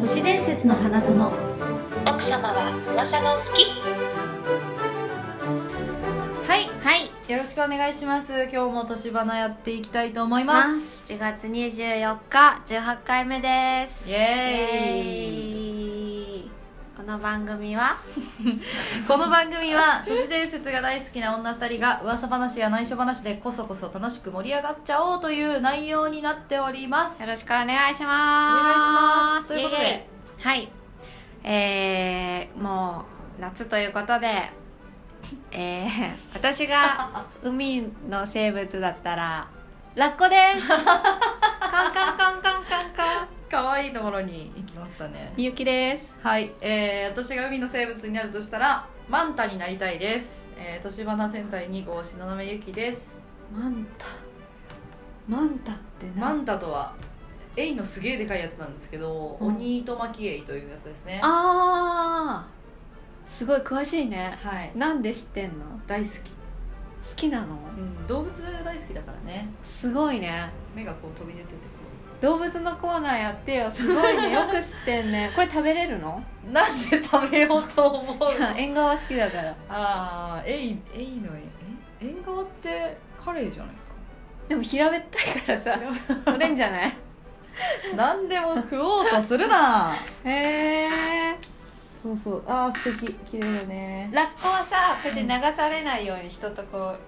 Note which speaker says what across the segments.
Speaker 1: 都市伝説の花園
Speaker 2: 奥様は噂がお好き
Speaker 3: はいはいよろしくお願いします今日も年花やっていきたいと思います
Speaker 1: す7月24日18回目です
Speaker 3: イエ
Speaker 1: イ
Speaker 3: ーイ
Speaker 1: エーイこの番組は
Speaker 3: この番組は都市伝説が大好きな女2人が噂話や内緒話でこそこそ楽しく盛り上がっちゃおうという内容になっております
Speaker 1: よろしくお願いしますお
Speaker 3: 願いしますということで
Speaker 1: はいえー、もう夏ということでえー、私 が海の生物だったらラッコですカンカンカンカンカンカン
Speaker 3: 可愛いところに行きましたね
Speaker 1: みゆきです
Speaker 3: はい、えー、私が海の生物になるとしたらマンタになりたいです、えー、都市花戦隊2号東雲ゆきです
Speaker 1: マンタマンタって
Speaker 3: マンタとはエイのすげえでかいやつなんですけど、
Speaker 1: うん
Speaker 3: 鬼糸巻きエイというやつですね
Speaker 1: あーすごい詳しいね
Speaker 3: はい
Speaker 1: なんで知ってんの好
Speaker 3: 大好き、
Speaker 1: きなの
Speaker 3: うん、動物大好きだからね
Speaker 1: すごいね
Speaker 3: 目がこう飛び出ててこ
Speaker 1: 動物のコーナーやってよすごいねよく知ってん ねこれ食べれるの
Speaker 3: うなんで食べようと思う
Speaker 1: 縁側好きだから
Speaker 3: ああエイエイのえ縁側ってカレイじゃないですか
Speaker 1: でも平べったいから さ取れんじゃない
Speaker 3: 何でも食おうとするな
Speaker 1: へえ
Speaker 3: そうそうああ素敵綺麗だね
Speaker 1: ラッコはさこうやって流されないように人とこう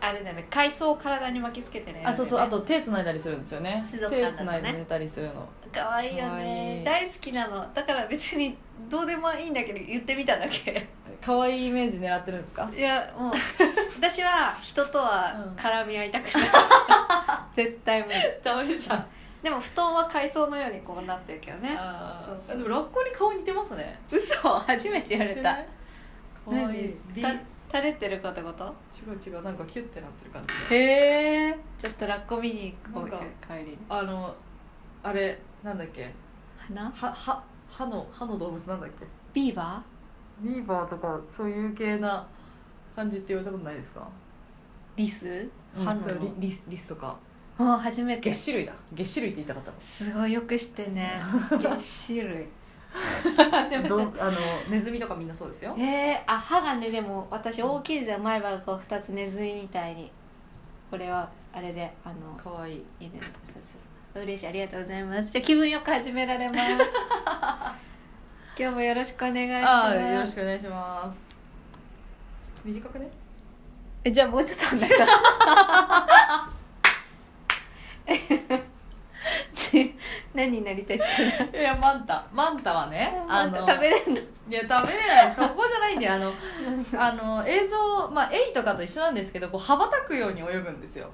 Speaker 1: あれだよね海藻を体に巻きつけてね
Speaker 3: あそうそうあと手つないだりするんですよね
Speaker 1: 水族館だ
Speaker 3: 手
Speaker 1: と
Speaker 3: つ
Speaker 1: ね
Speaker 3: ないで寝たりするの
Speaker 1: 可愛いよ
Speaker 3: 可
Speaker 1: ね
Speaker 3: 愛い
Speaker 1: 大好きなのだから別にどうでもいいんだけど言ってみただけ
Speaker 3: 可愛いイメージ狙ってるんですか
Speaker 1: いやもう 私は人とは絡み合いたくない、 絶対無理
Speaker 3: ダメじゃん
Speaker 1: でも布団は海藻のようにこうなってるけどね
Speaker 3: あ
Speaker 1: そうそう
Speaker 3: ーでもラッコに顔似てますね
Speaker 1: 嘘初めて言われた
Speaker 3: 可愛い
Speaker 1: 何
Speaker 3: ビ
Speaker 1: た
Speaker 3: 違う
Speaker 1: 垂れてることこと
Speaker 3: 違うなんかキュッてなってる感じ
Speaker 1: へえちょっとラッコ見に行こう
Speaker 3: なん
Speaker 1: じゃ
Speaker 3: か
Speaker 1: あ帰りに
Speaker 3: あのあれなんだっけ
Speaker 1: 花
Speaker 3: はは歯の歯の動物なんだっけ
Speaker 1: ビーバー
Speaker 3: ビーバーとかそういう系な感じって言われたことないですか
Speaker 1: リス歯の
Speaker 3: うんリリスリスとか
Speaker 1: あ初めて
Speaker 3: 月種類だ月種類って言いたかった
Speaker 1: すごいよく知って ね月種類 でも
Speaker 3: ど
Speaker 1: さ
Speaker 3: うあのネズミとかみんなそうですよ
Speaker 1: えー、あ歯がねでも私大きいですよ前歯がこう2つネズミみたいにこれはあれであの
Speaker 3: 可愛い
Speaker 1: 入れるそうそうそう嬉しいありがとうございますじゃあ気分よく始められます 今日もよろしくお願いし
Speaker 3: あーよ
Speaker 1: ま
Speaker 3: ろ
Speaker 1: す
Speaker 3: しくお願いします短くね
Speaker 1: えじゃあもうちょっと話そう ち何になりたいっす
Speaker 3: いやマンタマンタはねあの
Speaker 1: 食べれんの
Speaker 3: いや食べれないそこじゃないんであのあの映像まあエイとかと一緒なんですけどこう羽ばたくように泳ぐんですよ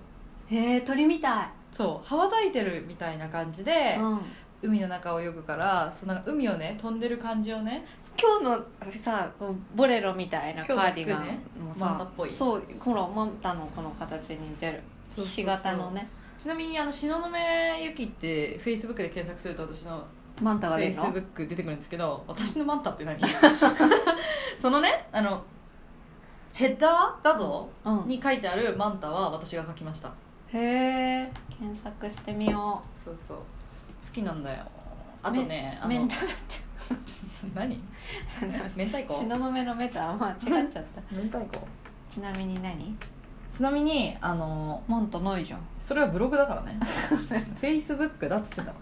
Speaker 1: へえ鳥みた
Speaker 3: そう羽ばたいてるみたいな感じで
Speaker 1: い、、うん、
Speaker 3: 海の中を泳ぐからその海をね飛んでる感じをね
Speaker 1: 今日のさこうボレロみたいなカ
Speaker 3: 今日
Speaker 1: ーデ
Speaker 3: の服ね
Speaker 1: ィガンもさ、
Speaker 3: マンタっぽい
Speaker 1: そうほらマンタのこの形に似てるひし形のね
Speaker 3: ちなみにあの東雲ゆきってフェイスブックで検索すると私の
Speaker 1: マンタ
Speaker 3: フ
Speaker 1: が出
Speaker 3: ェ
Speaker 1: る
Speaker 3: イス
Speaker 1: の
Speaker 3: ブック出てくるんですけど私のマン タって何そのねあのヘッダー画像
Speaker 1: うん、
Speaker 3: に書いてあるマンタは私が書きました
Speaker 1: へえ検索してみよ
Speaker 3: そうそう好きなんだよあとね
Speaker 1: う
Speaker 3: あ
Speaker 1: メ
Speaker 3: の
Speaker 1: ンタだっ
Speaker 3: 何
Speaker 1: て
Speaker 3: 明太子
Speaker 1: 東雲のメタは間違っちゃった
Speaker 3: 明太子
Speaker 1: ちなみに何
Speaker 3: ちなみにあの
Speaker 1: マンタないじゃん
Speaker 3: それはブログだから ねフェイスブックだっつってた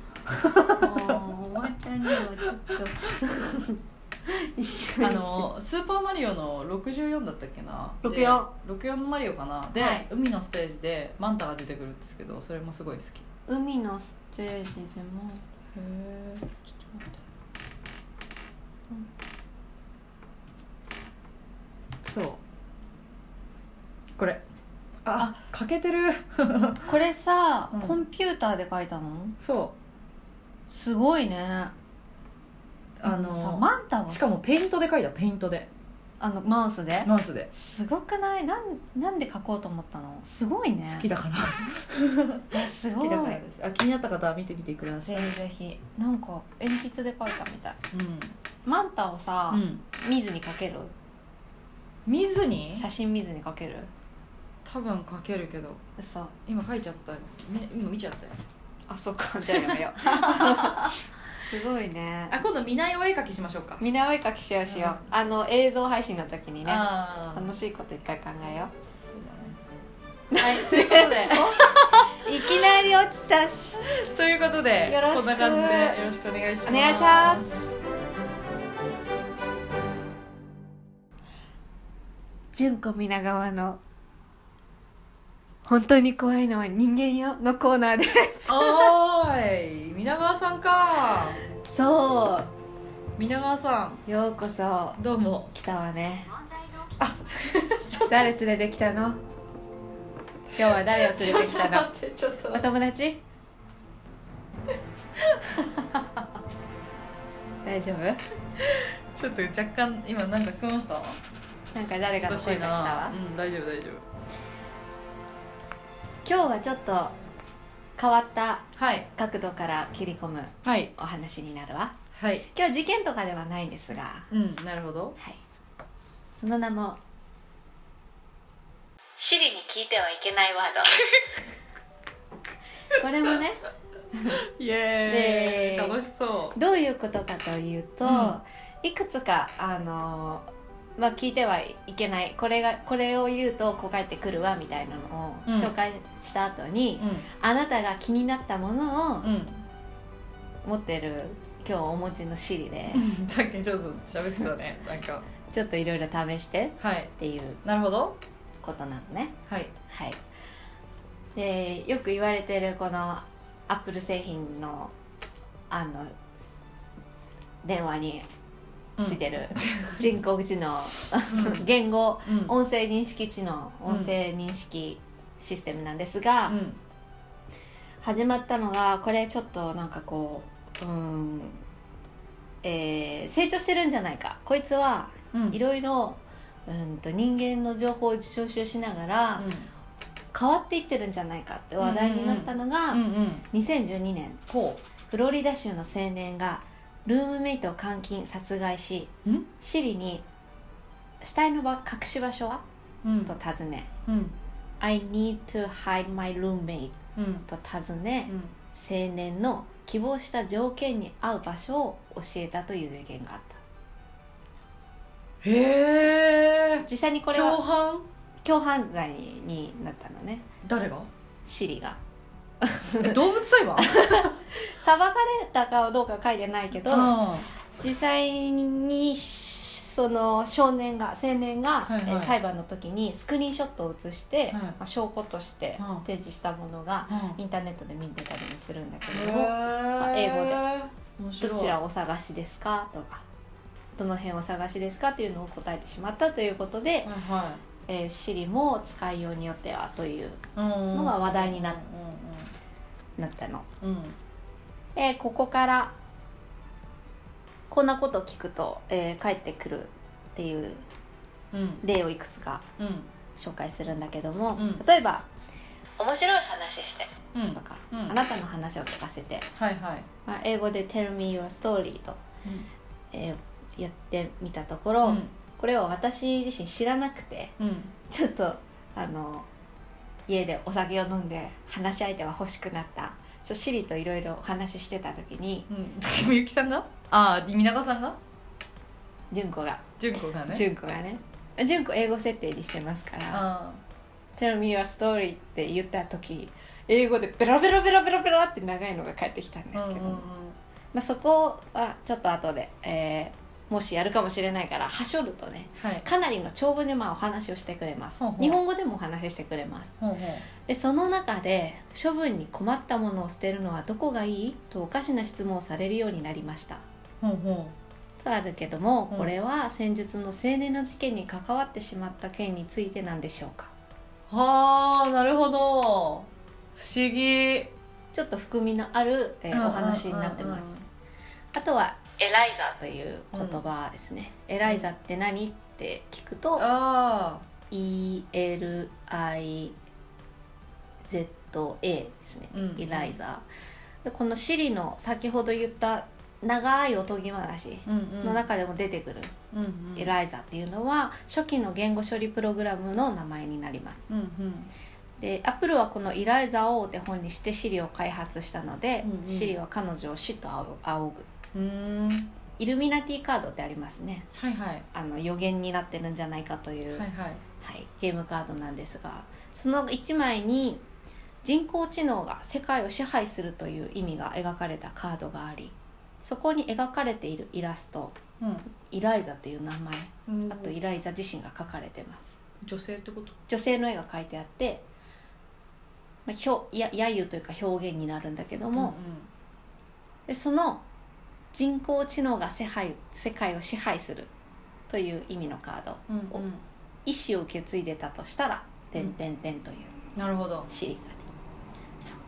Speaker 1: おばちゃんにはちょっと 一緒に
Speaker 3: あのスーパーマリオの64だったっけな
Speaker 1: 64
Speaker 3: で64マリオかなで、
Speaker 1: はい
Speaker 3: 海のステージでマンタが出てくるんですけどそれもすごい好きへ
Speaker 1: 海のステージでも
Speaker 3: えそうこれあ欠けてる
Speaker 1: これさ、
Speaker 3: うん
Speaker 1: コンピューターで描いたの
Speaker 3: そ
Speaker 1: すごいね
Speaker 3: うあ
Speaker 1: さ
Speaker 3: の
Speaker 1: マンタは
Speaker 3: しか
Speaker 1: さ
Speaker 3: もペイントで描いたペイントで
Speaker 1: あのマウスで
Speaker 3: マウスです
Speaker 1: ごくないなんなんで描こうと思ったのすごいね
Speaker 3: 好きだから
Speaker 1: えす
Speaker 3: 好
Speaker 1: ごい
Speaker 3: きだからですあ気になった方は見てみてください
Speaker 1: ぜひぜひなんか鉛筆で描いたみたいマンタをさ、
Speaker 3: うん、うん、
Speaker 1: 見ずに描ける
Speaker 3: 見ずに
Speaker 1: 写真見ずに描ける
Speaker 3: 多分描けるけど
Speaker 1: 嘘
Speaker 3: 今書いちゃったよね今見ちゃったよ
Speaker 1: あそっかじゃあやめよすごいね
Speaker 3: あ今度見ないお絵かきしましょうか、
Speaker 1: みんなお絵かきしようしよう、あの映像配信の時にね
Speaker 3: ああ
Speaker 1: 楽しいこと一回考えよ
Speaker 3: はいということで
Speaker 1: ういきなり落ちたし
Speaker 3: ということで
Speaker 1: よろしく
Speaker 3: こんな感じでよろしくお願いします
Speaker 1: お願いします純子皆川の本当に怖いのは人間よのコーナーです
Speaker 3: おーい皆川さんか
Speaker 1: そ
Speaker 3: 皆川さ
Speaker 1: うようこそ
Speaker 3: んどうも
Speaker 1: 来たわね
Speaker 3: あ
Speaker 1: 誰連れてきたの今日は誰を連
Speaker 3: ちょっ
Speaker 1: れてき
Speaker 3: と
Speaker 1: た
Speaker 3: 待
Speaker 1: の
Speaker 3: ってちょっと
Speaker 1: お
Speaker 3: 待って
Speaker 1: 友達大丈夫
Speaker 3: ちょっと若干今なんか食いました
Speaker 1: なんか誰
Speaker 3: お
Speaker 1: かの
Speaker 3: かし
Speaker 1: 声
Speaker 3: い
Speaker 1: がしたわ
Speaker 3: なうん大丈夫大丈夫
Speaker 1: 今日はちょっと変わった
Speaker 3: はい
Speaker 1: 角度から切り込む
Speaker 3: はい
Speaker 1: お話になるわ
Speaker 3: はい
Speaker 1: 今日事件とかではないんですが、
Speaker 3: うんなるほど
Speaker 1: はい、その名も
Speaker 2: シリに聞いてはいけないワード
Speaker 1: これもね
Speaker 3: イエ
Speaker 1: イ
Speaker 3: ーイ
Speaker 1: エーイ
Speaker 3: 楽しそう
Speaker 1: どういうことかというと、
Speaker 3: うん
Speaker 1: いくつかあのーまあ聞いてはいけないこれがこれを言うとこう返ってくるわみたいなのを
Speaker 3: うん
Speaker 1: 紹介した後に、
Speaker 3: う
Speaker 1: あなたが気になったものを
Speaker 3: んうん
Speaker 1: 持ってる今日お持ちのシリで
Speaker 3: さっきちょっと喋ってたねなんか
Speaker 1: ちょっといろいろ試して
Speaker 3: はい
Speaker 1: っていう
Speaker 3: なるほど
Speaker 1: ことなのね
Speaker 3: はい
Speaker 1: はいでよく言われてるこのアップル製品のあの電話に
Speaker 3: うん
Speaker 1: ついてる人工知能言語
Speaker 3: うん
Speaker 1: 音声認識知能
Speaker 3: うん
Speaker 1: 音声認識システムなんですが、
Speaker 3: うん
Speaker 1: 始まったのがこれちょっとなんかこううーん、えー成長してるんじゃないかこいつは
Speaker 3: うん
Speaker 1: いろいろうんと人間の情報を収集しながら変わっていってるんじゃないかって話題になったのが、
Speaker 3: うんうんうん
Speaker 1: 2012年
Speaker 3: こ
Speaker 1: フロリダ州の青年がルームメイトを監禁殺害し
Speaker 3: うん
Speaker 1: シリに死体の場隠し場所は
Speaker 3: うん
Speaker 1: と尋ね
Speaker 3: うん
Speaker 1: I need to hide my roommate
Speaker 3: うん
Speaker 1: と尋ね
Speaker 3: うん
Speaker 1: 青年の希望した条件に合う場所を教えたという事件があった
Speaker 3: へえ
Speaker 1: 実際にこれ
Speaker 3: 共
Speaker 1: は
Speaker 3: 犯
Speaker 1: 共犯罪になったのね
Speaker 3: 誰が
Speaker 1: シリが
Speaker 3: え動物裁判
Speaker 1: 裁かれたかどうかは書いてないけど
Speaker 3: あ
Speaker 1: 実際にその少年が青年が、
Speaker 3: はいはい
Speaker 1: えー裁判の時にスクリーンショットを写して、
Speaker 3: はい
Speaker 1: まあ、証拠として
Speaker 3: うん
Speaker 1: 提示したものが
Speaker 3: あうん
Speaker 1: インターネットで見てたりもするんだけれども
Speaker 3: あ
Speaker 1: 英語で
Speaker 3: で面白い
Speaker 1: どちらをお探しですかとかどの辺をお探しですかっていうのを答えてしまったということで、
Speaker 3: はいは
Speaker 1: えー、Siri も使いようによってはという
Speaker 3: いうん
Speaker 1: のが話題になっ
Speaker 3: う
Speaker 1: なったの。
Speaker 3: んうんうん
Speaker 1: えーここからこんなことを聞くと、えー返ってくるっていう
Speaker 3: うん
Speaker 1: 例をいくつか
Speaker 3: うん
Speaker 1: 紹介するんだけども、
Speaker 3: うん
Speaker 1: 例えば
Speaker 2: 面白い話して
Speaker 3: うんうん
Speaker 1: とか、
Speaker 3: うん
Speaker 1: あなたの話を聞かせて、
Speaker 3: はいはい
Speaker 1: まあ、英語で「Tell me your story と」
Speaker 3: うん
Speaker 1: えーやってみたところ、
Speaker 3: うん
Speaker 1: これを私自身知らなくて
Speaker 3: うん
Speaker 1: ちょっとあの家でお酒を飲んで話し相手が欲しくなったちょシリといろいろお話ししてた時に
Speaker 3: うんみゆきさんがああ皆川さんが
Speaker 1: 純子が
Speaker 3: 純子がね
Speaker 1: 純子がね純子英語設定にしてますから
Speaker 3: あ
Speaker 1: 「Tell me your story」って言った時英語でベロベロベロベロベロって長いのが返ってきたん
Speaker 3: ー
Speaker 1: ですけど、
Speaker 3: うんうんうん
Speaker 1: まあ、そこはちょっと後で、えーもしやるかもしれないからはしょるとね
Speaker 3: はい
Speaker 1: かなりの長文でまあお話をしてくれます
Speaker 3: ほうほう
Speaker 1: 日本語でもお話ししてくれます
Speaker 3: ほうほう
Speaker 1: でその中で処分に困ったものを捨てるのはどこがいいとおかしな質問をされるようになりました
Speaker 3: ほうほ
Speaker 1: とあるけども、
Speaker 3: うん
Speaker 1: これは先日の青年の事件に関わってしまった件についてなんでしょうか
Speaker 3: うはあなるほど不思議
Speaker 1: ちょっと含みのある、えー
Speaker 3: うん
Speaker 1: お話になってま
Speaker 3: うんうん
Speaker 1: すあとは
Speaker 2: エライザ
Speaker 1: 「という言葉ですね「エライザって何?」って聞くと
Speaker 3: あ
Speaker 1: ELIZA ですね、
Speaker 3: うん
Speaker 1: エライザでこの「シリ」の先ほど言った長いおとぎ話
Speaker 3: あうんうん
Speaker 1: の中でも出てくる
Speaker 3: うん
Speaker 1: 「
Speaker 3: うん
Speaker 1: エライザ」っていうのは初期の言語処理プログラムの名前になります
Speaker 3: うんうん
Speaker 1: でアップルはこの「イライザ」をお手本にして「シリ」を開発したので
Speaker 3: うんう
Speaker 1: 「
Speaker 3: ん
Speaker 1: シリ」は彼女を「死」と仰ぐ
Speaker 3: うーん
Speaker 1: イルミナティカードってありますね
Speaker 3: はいはい
Speaker 1: あの予言になってるんじゃないかという、
Speaker 3: は
Speaker 1: はい
Speaker 3: いはい
Speaker 1: ゲームカードなんですがその1枚に人工知能が世界を支配するという意味が描かれたカードがありそこに描かれているイラストイライザという名前
Speaker 3: うん
Speaker 1: あとイライザ自身が描かれてます
Speaker 3: 女性ってこと
Speaker 1: 女性の絵が描いてあって、まあ、ひょや揶揄というか表現になるんだけども、でその人工知能が支配世界を支配するという意味のカード
Speaker 3: うんうん
Speaker 1: お
Speaker 3: うんうん
Speaker 1: 意思を受け継いでたとしたら「
Speaker 3: う
Speaker 1: 点
Speaker 3: ん
Speaker 1: 点点」という
Speaker 3: なるほど
Speaker 1: シリがねそう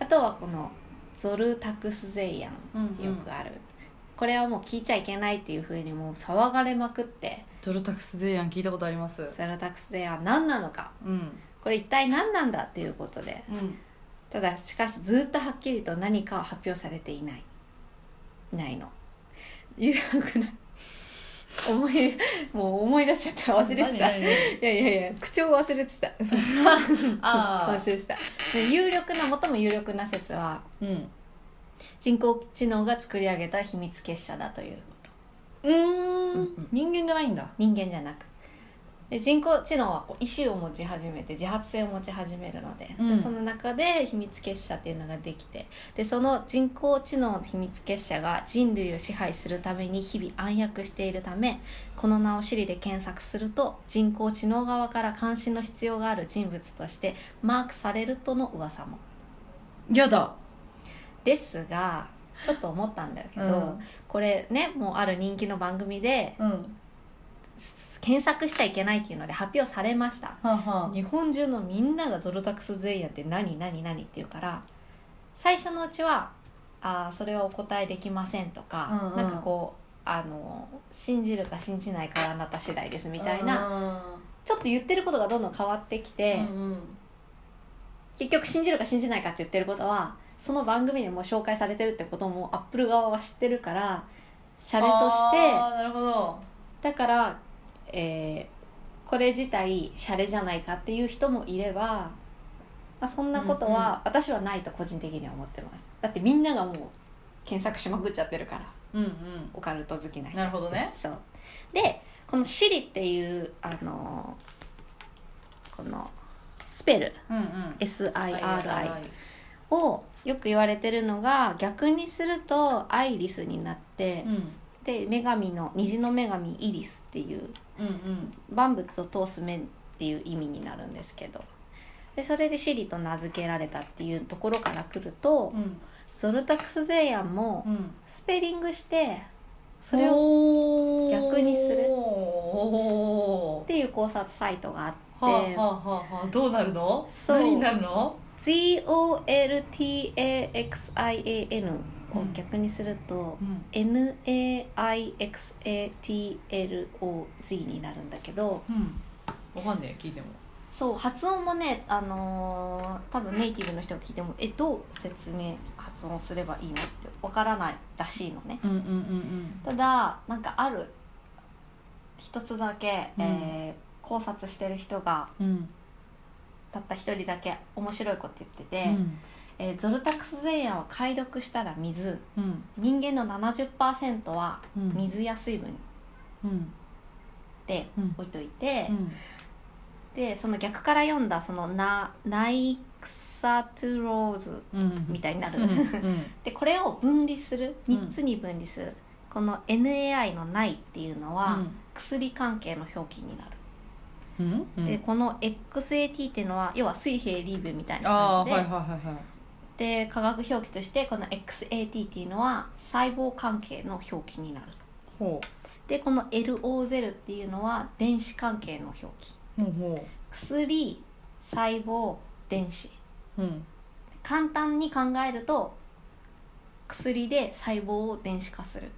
Speaker 1: あとはこのゾルタクスゼイアン
Speaker 3: うんうん
Speaker 1: よくある、これはもう聞いちゃいけないっていうふうにもう騒がれまくって
Speaker 3: ゾルタクスゼイアン聞いたことあります
Speaker 1: ゾルタクスゼイアンは何なのか
Speaker 3: うん
Speaker 1: これ一体何なんだっていうことで
Speaker 3: うん
Speaker 1: ただしかしずっとはっきりと何かは発表されていないいないの言うくない思いもう思い出しちゃった忘れてたいやいやいや口調忘れてた
Speaker 3: あー
Speaker 1: 忘れてたで有力な最も有力な説は
Speaker 3: うん
Speaker 1: 人工知能が作り上げた秘密結社だという
Speaker 3: うーん人間じゃないんだ
Speaker 1: 人間じゃなくで人工知能はこう意思を持ち始めて自発性を持ち始めるので,で、
Speaker 3: うん
Speaker 1: その中で秘密結社っていうのができてでその人工知能の秘密結社が人類を支配するために日々暗躍しているためこの名をシリで検索すると人工知能側から監視の必要がある人物としてマークされるとの噂も
Speaker 3: やだ
Speaker 1: ですがちょっと思ったんだけど、
Speaker 3: うん
Speaker 1: これねもうある人気の番組で
Speaker 3: うん
Speaker 1: 検索しちゃいけないっていうので発表されました
Speaker 3: はんはん
Speaker 1: 日本中のみんながゾルタクス・ゼイヤって何何何って言うから最初のうちは「あーそれはお答えできません」とか、
Speaker 3: うんうん
Speaker 1: なんかこうあの「信じるか信じないかはあなた次第です」みたいな
Speaker 3: な
Speaker 1: ちょっと言ってることがどんどん変わってきて、結局信じるか信じないかって言ってることはその番組でもう紹介されてるってこともアップル側は知ってるからシャレとして。
Speaker 3: なるほど
Speaker 1: だから、えーこれ自体シャレじゃないかっていう人もいれば、まあ、そんなこと
Speaker 3: うんうん
Speaker 1: は私はないと個人的には思ってますだってみんながもう検索しまくっちゃってるから
Speaker 3: うんうん
Speaker 1: オカルト好きな人
Speaker 3: なるほどね
Speaker 1: そうでこの「シリ」っていうあのーこのスペル
Speaker 3: うんうん
Speaker 1: SIRI をよく言われてるのが逆にするとアイリスになって、
Speaker 3: う
Speaker 1: で女神の虹の女神イリスっていうん
Speaker 3: うん
Speaker 1: 万物を通す目っていう意味になるんですけどでそれでシリと名付けられたっていうところから来ると、
Speaker 3: うん
Speaker 1: ゾルタクス・ゼイアンも
Speaker 3: うん
Speaker 1: スペリングしてそ
Speaker 3: そ
Speaker 1: れ
Speaker 3: れ
Speaker 1: を
Speaker 3: を
Speaker 1: 逆にする
Speaker 3: お
Speaker 1: っていう考察サイトがあって。
Speaker 3: ーはあはあはあはあどうなるの
Speaker 1: そう
Speaker 3: 何になるの
Speaker 1: ZOLTAXIAN
Speaker 3: う
Speaker 1: を
Speaker 3: ん
Speaker 1: 逆にすると
Speaker 3: う、ん
Speaker 1: NAIXATLOZ になるんだけど
Speaker 3: うんわかんねえ聞いても
Speaker 1: そう発音もねあのー多分ネイティブの人が聞いてもえどう説明発音すればいいのってわからないらしいのね
Speaker 3: うんうんうん
Speaker 1: ただなんかある一つだけ、
Speaker 3: うん
Speaker 1: えー考察してる人が
Speaker 3: うんうん
Speaker 1: たった一人だけ面白いこと言ってて、
Speaker 3: うん
Speaker 1: えーゾルタクス・ゼイヤンは解読したら水
Speaker 3: うん
Speaker 1: 人間の70%は
Speaker 3: うん
Speaker 1: 水や水分
Speaker 3: うん
Speaker 1: で
Speaker 3: うん
Speaker 1: 置いといて、
Speaker 3: うん
Speaker 1: でその逆から読んだそのナ「ナイクサトゥローズ」
Speaker 3: うん
Speaker 1: みたいになる、
Speaker 3: うんうん
Speaker 1: でこれを分離する
Speaker 3: うん
Speaker 1: 3つに分離する、この NAI の「ない」っていうのは、薬関係の表記になる、
Speaker 3: うんうん
Speaker 1: でこの XAT っていうのは要は水平リーブみたいな
Speaker 3: ああ
Speaker 1: 感
Speaker 3: は
Speaker 1: じ
Speaker 3: い
Speaker 1: で、
Speaker 3: はいはいはい
Speaker 1: で化学表記としてこの XAT っていうのは細胞関係の表記になる
Speaker 3: ほ
Speaker 1: でこの LOZ っていうのは電子関係の表記
Speaker 3: うほうほ
Speaker 1: 薬細胞電子
Speaker 3: ううん
Speaker 1: 簡単に考えると薬で細胞を電子化する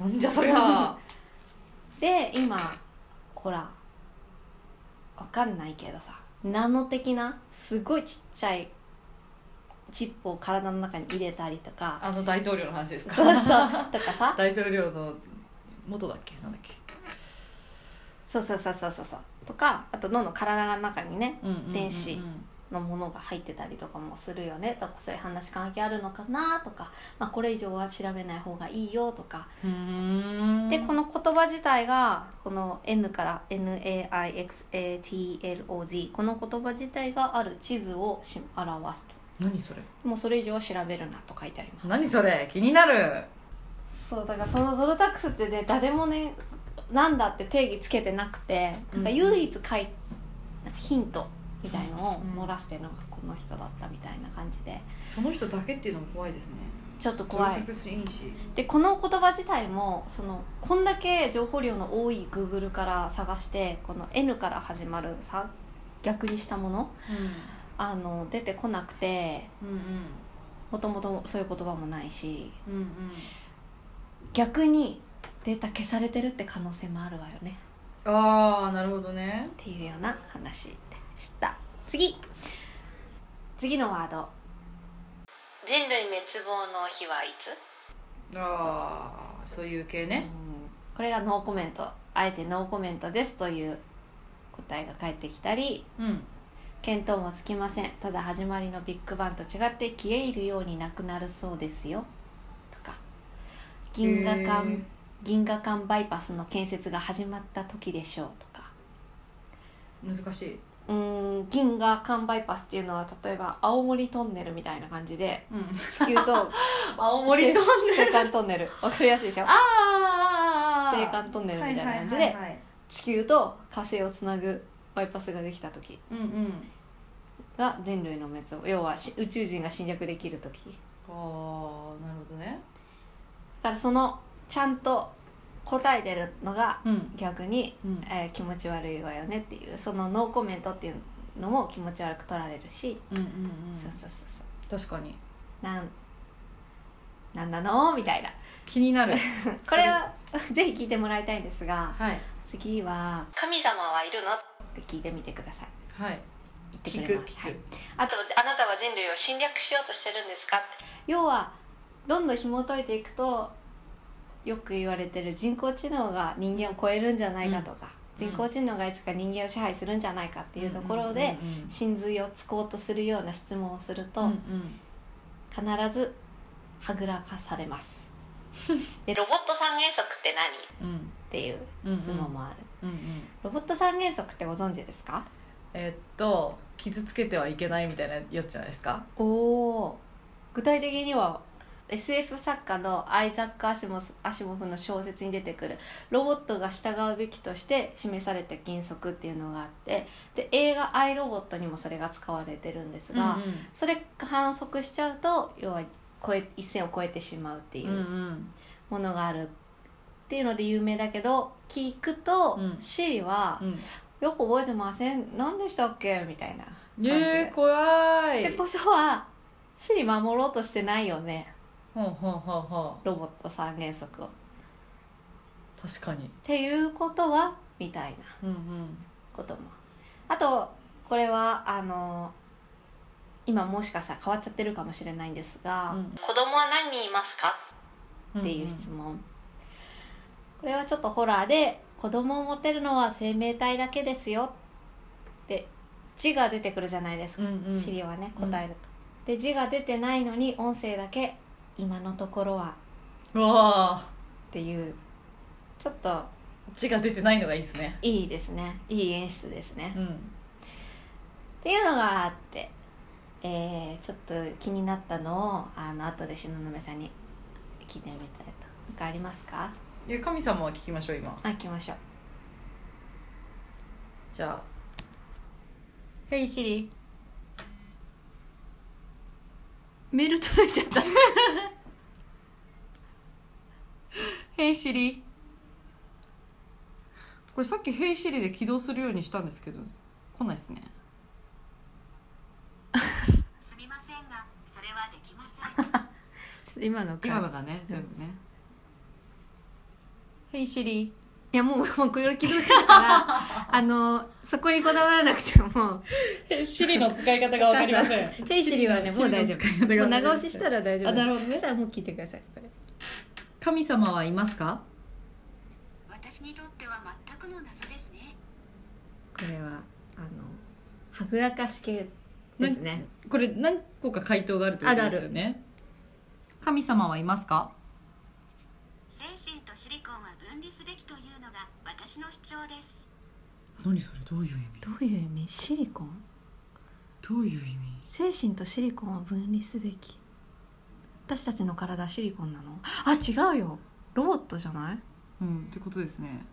Speaker 3: なんじゃそりゃ
Speaker 1: で今ほらわかんないけどさナノ的なすごいちっちゃいチップを体の中に入れたりとか
Speaker 3: あの大統領の話です
Speaker 1: そう
Speaker 3: か
Speaker 1: そうとかさ
Speaker 3: 大統領の元だっけなんだっけ
Speaker 1: そうそうそうそうそうそうとかあとどんどん体の中にね
Speaker 3: うんうんうんうん
Speaker 1: 電子のものが入ってたりとかもするよねとかそういう話関係あるのかなとか、まあ、これ以上は調べない方がいいよとかでこの言葉自体がこの N から NAIXATLOG この言葉自体がある地図をし表す
Speaker 3: 何それ
Speaker 1: ともうそれ以上は調べるなと書いてあります
Speaker 3: 何それ気になる
Speaker 1: そうだからそのゾロタックスってね誰もねなんだって定義つけてなくてなんか
Speaker 3: うん
Speaker 1: 唯一かいなんかヒントみたいのを漏らしてるのがこの人だったみたいな感じで
Speaker 3: その人だけっていうのも怖いですね
Speaker 1: ちょっと怖い
Speaker 3: 贅沢しいいし
Speaker 1: でこの言葉自体もそのこんだけ情報量の多い Google から探してこの N から始まるさ逆にしたものあの出てこなくて
Speaker 3: うん
Speaker 1: もともとそういう言葉もないし
Speaker 3: うんうん
Speaker 1: 逆にデータ消されてるって可能性もあるわよね
Speaker 3: うんああなるほどね
Speaker 1: っていうような話でした次次のワード
Speaker 2: 人類滅亡の日はいつ
Speaker 3: ああそういう系
Speaker 1: うん
Speaker 3: ね
Speaker 1: これがノーコメントあえてノーコメントですという答えが返ってきたり
Speaker 3: うん
Speaker 1: 見当もつきませんただ始まりのビッグバンと違って消え入るようになくなるそうですよとか銀河間、
Speaker 3: へー
Speaker 1: 銀河間バイパスの建設が始まった時でしょうとか
Speaker 3: 難しい、
Speaker 1: うん銀河間バイパスっていうのは例えば青森トンネルみたいな感じで
Speaker 3: うん、
Speaker 1: 地球 と
Speaker 3: 青森トンネル
Speaker 1: 青函トンネルわかりやすいでしょ
Speaker 3: あ
Speaker 1: 青
Speaker 3: ー
Speaker 1: 函トンネルみたいな感じ
Speaker 3: はい
Speaker 1: で
Speaker 3: はいはいはい
Speaker 1: 地球と火星をつなぐバイパスができた時
Speaker 3: うんうん
Speaker 1: が人類の滅亡要はし宇宙人が侵略できる時
Speaker 3: ああなるほどね
Speaker 1: だからそのちゃんと答えてるのが
Speaker 3: うん
Speaker 1: 逆に、
Speaker 3: うん
Speaker 1: えー気持ち悪いわよねっていうそのノーコメントっていうのも気持ち悪く取られるし、
Speaker 3: うんうんうん
Speaker 1: そうそうそうそう
Speaker 3: 確かに
Speaker 1: なんなんなのみたいな
Speaker 3: 気にな る
Speaker 1: これは ぜひ聞いてもらいたいんですが
Speaker 3: はい
Speaker 1: 次は
Speaker 2: 神様はいるの
Speaker 1: って聞いてみてください
Speaker 3: はい
Speaker 1: 言
Speaker 3: 聞
Speaker 1: っ
Speaker 3: く
Speaker 1: てくれ
Speaker 3: 聞
Speaker 1: ます
Speaker 3: く、
Speaker 1: はい
Speaker 2: あとあなたは人類を侵略しようとしてるんですか
Speaker 1: 要はどんどん紐解いていくとよく言われてる人工知能が人間を超えるんじゃないかとか、
Speaker 3: うん
Speaker 1: 人工知能がいつか人間を支配するんじゃないかっていうところで、
Speaker 3: うんうんうん
Speaker 1: 真髄をつこうとするような質問をすると、
Speaker 3: うんうん
Speaker 1: 必ずはぐらかさ れます
Speaker 2: でロボット三原則って何
Speaker 3: うん
Speaker 1: っていう質問もある、
Speaker 3: うんうん
Speaker 1: ロボット三原則ってご存知ですか
Speaker 3: えーっと傷つけてはいけないみたいなやつじゃないですか
Speaker 1: おお具体的には SF 作家のアイザック・アシモスアシモフの小説に出てくるロボットが従うべきとして示された原則っていうのがあってで映画「アイロボット」にもそれが使われてるんですが、
Speaker 3: うん
Speaker 1: それ反則しちゃうと要は超え一線を越えてしまうってい
Speaker 3: うんう
Speaker 1: うんものがあるっていうので有名だけど聞くと、
Speaker 3: うん
Speaker 1: シリは
Speaker 3: うんうん
Speaker 1: 「よく覚えてません何でしたっけ?」みたいな感じで。
Speaker 3: えー、怖い
Speaker 1: ってことはシリ守ろうとしてないよね
Speaker 3: ほうほうほうほ
Speaker 1: ロボット三原則を。っ
Speaker 3: う確かに
Speaker 1: ていうことはみたいな
Speaker 3: うんうん
Speaker 1: こともあとこれはあの今もしかしたら変わっちゃってるかもしれないんですが、
Speaker 2: 子供は何人いますか
Speaker 3: うん
Speaker 1: っていう質問、これはちょっとホラーで「子供を持てるのは生命体だけですよ」って字が出てくるじゃないですか
Speaker 3: う、んうん
Speaker 1: シリはね
Speaker 3: うん
Speaker 1: 答えると。で字が出てないのに音声だけ「今のところは」
Speaker 3: うわあ
Speaker 1: っていうちょっと
Speaker 3: 血が出てないのがいいですね
Speaker 1: いいですねいい演出ですね、
Speaker 3: う
Speaker 1: っ
Speaker 3: ん
Speaker 1: ていうのがあって、えーちょっと気になったのをあの後で東雲さんに聞いてみたいと何かありますか
Speaker 3: いや神様は聞きましょう今
Speaker 1: あ行きましょう
Speaker 3: じゃあ「ヘイシリ
Speaker 1: メール届いちゃった
Speaker 3: ヘイシリこれさっき「ヘイシリで起動するようにしたんですけど来ないですね
Speaker 4: すみませんが、それはできません。
Speaker 1: 今の
Speaker 3: 今のがね全部ね「ヘイシリ
Speaker 1: いやもうもうこれ起動してるから あのそこにこだわらなくても
Speaker 3: ヘイ シリの使い方が
Speaker 1: わかりま せんヘイシリはねもう大丈夫もう長押ししたら大丈夫
Speaker 3: あなるほどね
Speaker 1: そしたらもう聞いてくださいこれ
Speaker 3: 神様はいますか
Speaker 4: 私にとっては全くの謎ですね。
Speaker 1: これはあのはぐらかし系ですね
Speaker 5: これ何個か回答があるということですよね神様はいますか
Speaker 4: 精神とシリコンは分離すべきというのが私の主張です
Speaker 3: 何それどういう意味
Speaker 6: どういう意味シリコン
Speaker 3: どういう意味
Speaker 6: 精神とシリコンを分離すべき私たちの体シリコンなのあ違うよロボットじゃない
Speaker 3: うんってことですね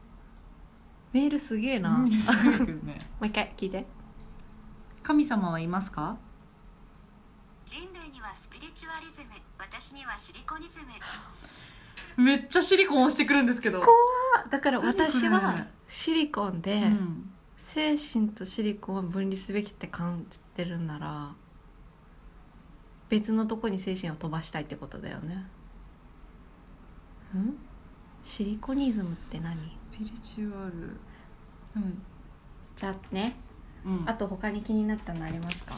Speaker 6: メールすげえな、
Speaker 3: うん
Speaker 6: も
Speaker 3: すごいけど ね
Speaker 6: う一回聞いて
Speaker 5: 神様はいますか
Speaker 4: 人類にはスピリチュアリズム私にはシリコニズム
Speaker 3: めっちゃシリコン押してくるんですけど、
Speaker 6: あだから私
Speaker 3: 何これ
Speaker 6: はシリコンで
Speaker 3: うん、
Speaker 6: 精神とシリコンを分離すべきって感じてるんなら別のとこに精神を飛ばしたいってことだよねんシリコニズムって何
Speaker 3: スピリチュアルうん、
Speaker 1: じゃあね
Speaker 3: うん、
Speaker 1: あと他に気になったのありますか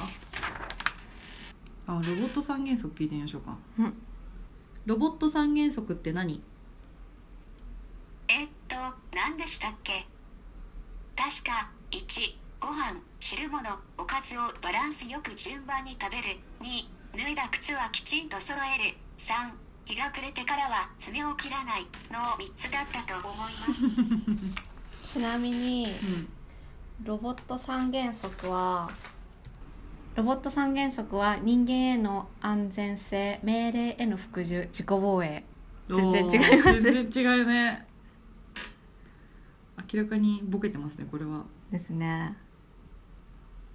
Speaker 3: あロボット三原則聞いてみましょうか
Speaker 5: ロボット三原則って何
Speaker 4: えっと何でしたっけ確か1ご飯汁物おかずをバランスよく順番に食べる2脱いだ靴はきちんと揃える3日が暮れてからは爪を切らないの3つだったと思います
Speaker 1: ちなみに
Speaker 3: うん
Speaker 1: ロボット三原則はロボット三原則は人間への安全性命令への服従自己防衛全然違います
Speaker 3: おー全然違うね明らかにボケてますねこれは
Speaker 1: ですね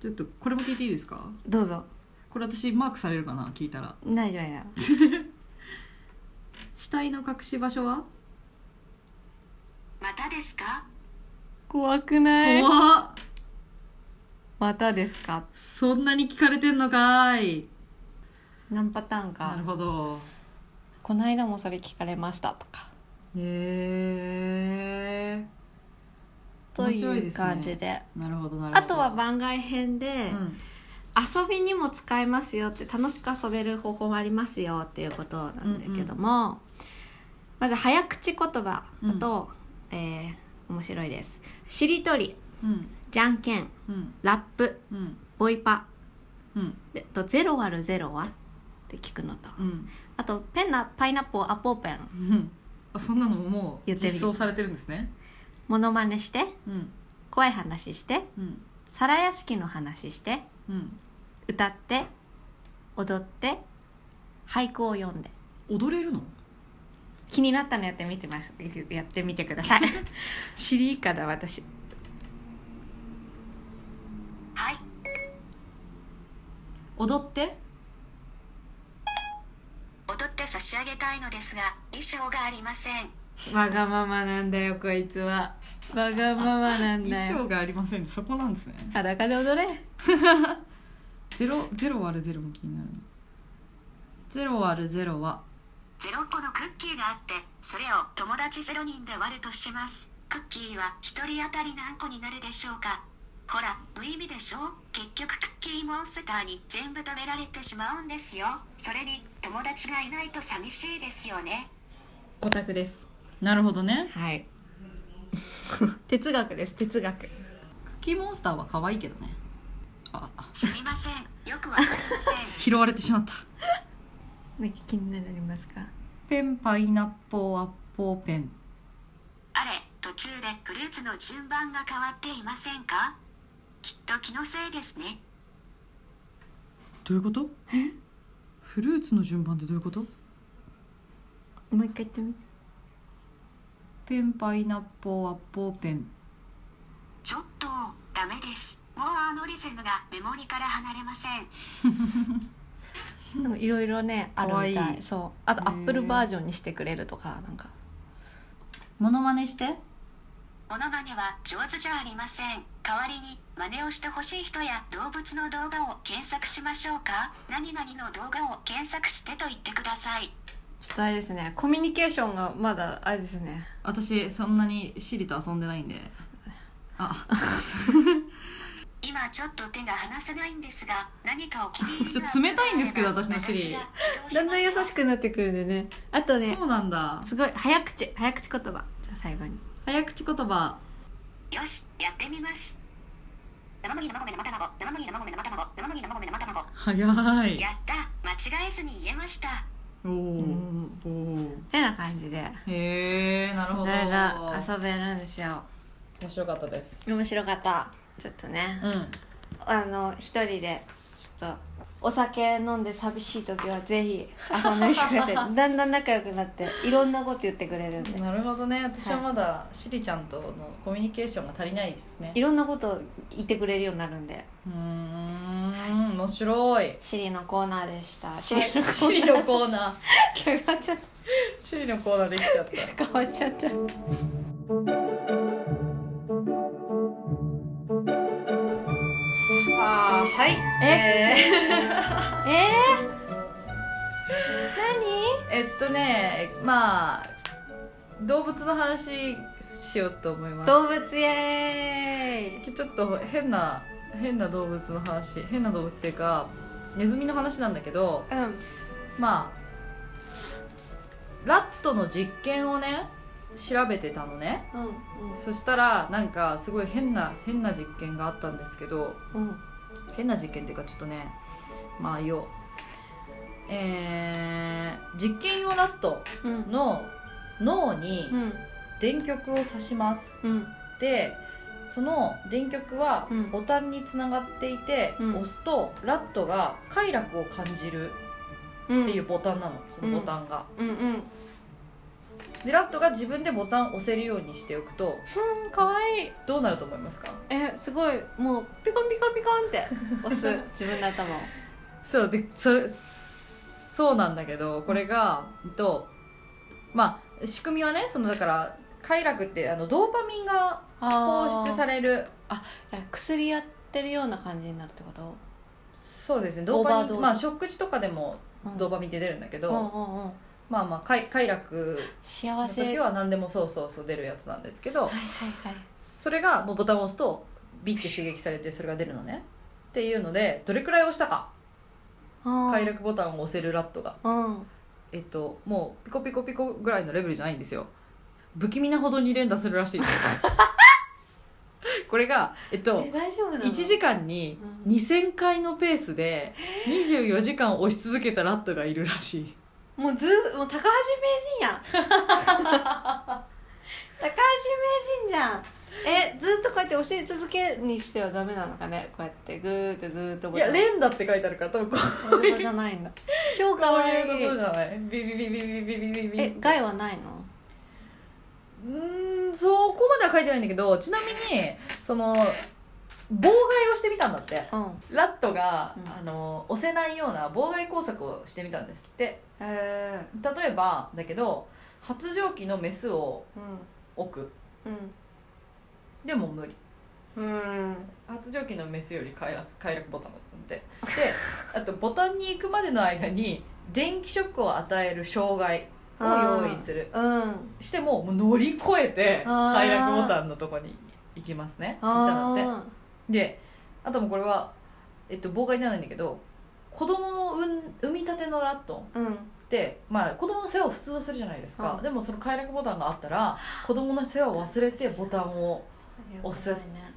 Speaker 3: ちょっとこれも聞いていいですか
Speaker 1: どうぞ
Speaker 3: これ私マークされるかな聞いたら
Speaker 1: ないじゃない
Speaker 3: 死体の隠し場所は
Speaker 4: またですか
Speaker 1: 怖くな
Speaker 3: 怖っ
Speaker 1: またですか
Speaker 3: そんなに聞かれてんのかーい
Speaker 1: 何パターン
Speaker 3: な
Speaker 1: か
Speaker 3: るほど
Speaker 1: この間もそれ聞かれましたとか
Speaker 3: へえ
Speaker 1: とい
Speaker 3: 白いで
Speaker 1: う
Speaker 3: すね
Speaker 1: 感じで
Speaker 3: なるほどなるほど
Speaker 1: あとは番外編で、
Speaker 3: うん
Speaker 1: 遊びにも使えますよって楽しく遊べる方法もありますよっていうことなんだけども、まず早口言葉だと、えー面白いですしりとり
Speaker 3: うん
Speaker 1: じゃんけん
Speaker 3: うん
Speaker 1: ラップ
Speaker 3: うん
Speaker 1: ボイパ
Speaker 3: うん
Speaker 1: でと「ゼロ割るゼロは?」って聞くのと
Speaker 3: うん
Speaker 1: あとペンナパイナップルアポーペン
Speaker 3: うんあそんなのもう
Speaker 1: 言ってみる
Speaker 3: 実装されてるんですね
Speaker 1: モノマネして
Speaker 3: うん
Speaker 1: 怖い話して
Speaker 3: うん
Speaker 1: 皿屋敷の話して
Speaker 3: うん
Speaker 1: 歌って踊って俳句を読んで
Speaker 3: 踊れるの
Speaker 1: 気になったのやってみてますやってみてくだ さいシリーカだ私
Speaker 4: はい
Speaker 5: 踊って
Speaker 4: 踊って差し上げたいのですが衣装がありません
Speaker 1: わがままなんだよこいつはわがままなん
Speaker 3: 衣
Speaker 1: だよ
Speaker 3: 装がありませんそこなんですね
Speaker 1: 裸で踊れ
Speaker 3: ゼロゼロ割るゼロも気になるなゼロ割るゼロは
Speaker 4: 0個のクッキーがあってそれを友達0人で割るとしますクッキーは1人当たり何個になるでしょうかほら無意味でしょ結局クッキーモンスターに全部食べられてしまうんですよそれに友達がいないと寂しいですよね
Speaker 1: オタクです
Speaker 3: なるほどね
Speaker 1: はい 哲学です哲学
Speaker 3: クッキーモンスターは可愛いけどねああ
Speaker 4: すみませんよくわかりません
Speaker 3: 拾われてしまった
Speaker 6: なんか気になりますか
Speaker 3: ペンパイナッポーアッポーペン
Speaker 4: あれ途中でフルーツの順番が変わっていませんかきっと気のせいですね
Speaker 3: どういうことフルーツの順番ってどういうこと
Speaker 6: もう一回言ってみて
Speaker 3: ペンパイナッポーアッポーペン
Speaker 4: ちょっとダメですもうあのリズムがメモリから離れません
Speaker 1: なんかいろいろねあるみ
Speaker 3: か
Speaker 1: た
Speaker 3: わ
Speaker 1: い
Speaker 3: いい
Speaker 1: そうあと
Speaker 3: へ
Speaker 1: ア
Speaker 3: ー
Speaker 1: ップルバージョンにしてくれるとかなんか
Speaker 5: モノマネして
Speaker 4: モノマネは上手じゃありません代わりに真似をしてほしい人や動物の動画を検索しましょうか何々の動画を検索してと言ってください
Speaker 1: ちょっとあれですねコミュニケーションがまだあれですね
Speaker 3: 私そんなにシリと遊んでないんであ
Speaker 4: 今ちょっと手が離せないんですが何かを気に
Speaker 3: ちょ
Speaker 4: 入り
Speaker 3: っと冷たいんですけど私のシリ
Speaker 1: だんだん優し
Speaker 4: く
Speaker 1: くなってくるんでねあとね
Speaker 3: そうなんだ
Speaker 1: すごい早口早口言葉じゃあ最後に
Speaker 3: 早口言葉
Speaker 4: よしやってみます生麦生米生卵生麦生米生卵生麦生米生卵
Speaker 7: 早い
Speaker 4: やった間違えずに言えました
Speaker 7: お
Speaker 1: う
Speaker 7: お
Speaker 1: ん
Speaker 7: おお
Speaker 1: てな感じで
Speaker 7: へえなる
Speaker 1: い
Speaker 7: ほ
Speaker 1: ろい
Speaker 7: ど
Speaker 1: ろ遊べるんですよ
Speaker 7: 面白かったです
Speaker 1: 面白かったちょっとね
Speaker 7: うん
Speaker 1: あの一人でちょっとお酒飲んで寂しい時はぜひ遊んでみてく ださいだんだん仲良くなっていろんなこと言ってくれるんで
Speaker 3: なるほどね私はまだシリちゃんとのコミュニケーションが足りないですね
Speaker 1: いろんなこと言ってくれるようになるんで
Speaker 3: うーん面白い
Speaker 1: シリのコーナーでしたシリのコ
Speaker 3: シリ
Speaker 1: ーナ
Speaker 3: の
Speaker 1: ー
Speaker 3: コーナー
Speaker 1: 変わっちゃっ
Speaker 3: シリのコーナーできちゃっ
Speaker 1: た
Speaker 3: た
Speaker 1: 変わっちゃった
Speaker 8: あーはい
Speaker 3: え
Speaker 1: え
Speaker 3: えっとねまあ動物の話しようと思い
Speaker 1: ー、
Speaker 3: ます
Speaker 1: 動物イエーイ
Speaker 3: ちょっと変な変な動物の話変な動物っていうかネズミの話なんだけど
Speaker 1: うん
Speaker 3: まあラットの実験をね調べてたのねそしたらなんかすごい変な変な実験があったんですけど
Speaker 1: うんうん
Speaker 3: 変な実験っていうかちょっとねまあよえー、実験用ラット
Speaker 1: うん
Speaker 3: の脳に
Speaker 1: うん
Speaker 3: 電極を刺します
Speaker 1: うん
Speaker 3: でその電極は
Speaker 1: うん
Speaker 3: ボタンにつながっていて、
Speaker 1: うん
Speaker 3: 押すとラットが快楽を感じる
Speaker 1: うん
Speaker 3: っていうボタンなのそのボタンが、
Speaker 1: うんうん
Speaker 3: でラットが自分でボタンを押せるようにしておくと
Speaker 1: かわいい
Speaker 3: どうなると思いますか
Speaker 1: えすごいもうピコンピコンピコンって押す自分の頭を
Speaker 3: そうでそれそうなんだけどこれがうんとまあ仕組みはねそのだから快楽ってあのドーパミンが放
Speaker 1: 放
Speaker 3: 出される
Speaker 1: 薬やってるような感じになるってこと
Speaker 3: そうですねドーパミン
Speaker 1: オーバードーズ
Speaker 3: まあ食事とかでも
Speaker 1: うん
Speaker 3: ドーパミンって出るんだけど、
Speaker 1: うんうんうん
Speaker 3: まあまあ快快楽
Speaker 1: 幸
Speaker 3: の
Speaker 1: せ
Speaker 3: 時
Speaker 1: はい
Speaker 3: は何でもそうそうそう出るやつなんですけど
Speaker 1: はいはい
Speaker 3: それがもうボタンを押すとビッて刺激されてそれが出るのねっていうのでどれくらい押したか
Speaker 1: あー
Speaker 3: 快楽ボタンを押せるラットが
Speaker 1: うん
Speaker 3: えっともうピコピコピコぐらいのレベルじゃないんですよ不気味なほどに連打するらしいです これがえっと
Speaker 1: え大丈夫なの
Speaker 3: 1時間に
Speaker 1: うん
Speaker 3: 2000回のペースで24時間押し続けたラットがいるらしい
Speaker 1: もうずもう高橋名人や ん高橋名人じゃんえずっとこうやって教え続けにしてはダメなのかねこうやってグーってずーっと
Speaker 3: いや連打って書いてあるから多分こ
Speaker 1: こういうことじゃないんだ 超
Speaker 3: うこ
Speaker 1: かわ
Speaker 3: うい
Speaker 1: いう
Speaker 3: ことじゃないビビビビビビビビビ
Speaker 1: え害はないの
Speaker 3: うーんそこまでは書いてないんだけどちなみにその妨害をしてみたんだって
Speaker 1: うん
Speaker 3: ラットが、
Speaker 1: うん
Speaker 3: あの押せないような妨害工作をしてみたんですって
Speaker 1: へえ
Speaker 3: 例えばだけど発情期のメスを
Speaker 1: う
Speaker 3: 置く
Speaker 1: ん
Speaker 3: でも無理
Speaker 1: うんうん
Speaker 3: 発情期のメスより快楽快楽ボタンだったんでであとボタンに行くまでの間に電気ショックを与える障害を用意する
Speaker 1: うん
Speaker 3: してももう乗り越えて
Speaker 1: あー
Speaker 3: 快楽ボタンのとこに行きますねみたいなって
Speaker 1: あ
Speaker 3: であともうこれは、えっと、妨害じゃないんだけど子供を産ん産みたてのラット
Speaker 1: ーうん
Speaker 3: って、まあ、子供の世話を普通はするじゃないですか、
Speaker 1: うん
Speaker 3: でもその快楽ボタンがあったら子供の世話を忘れてボタンを押す
Speaker 1: よくないね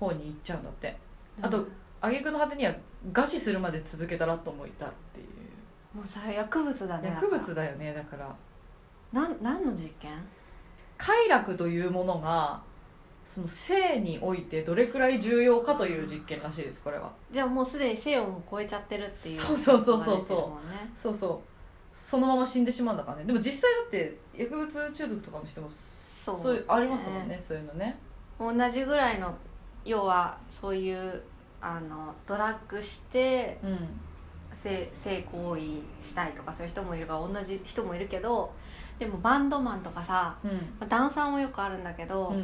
Speaker 3: 方に行っちゃうんだって
Speaker 1: うん
Speaker 3: あと挙句の果てには餓死するまで続けたラットもいたっていう
Speaker 1: もうさ薬物だね
Speaker 3: 薬物だよねだから
Speaker 1: なん何の実験
Speaker 3: 快楽というものがその性においてどれくらい重要かという実験らしいですこれは
Speaker 1: じゃあもうすでに性をもう超えちゃってるっていう
Speaker 3: そうそうそうそうそう
Speaker 1: ことが出てるもんね
Speaker 3: そうそうそのまま死んでしまうんだからねでも実際だって薬物中毒とかの人も
Speaker 1: そう
Speaker 3: そういうありますもんねそういうのね
Speaker 1: 同じぐらいの要はそういうあのドラッグして
Speaker 3: うん
Speaker 1: 性性行為したいとかそういう人もいるから同じ人もいるけどでもバンドマンとかさ
Speaker 3: うん
Speaker 1: まあダンサーもよくあるんだけど、
Speaker 3: う
Speaker 1: や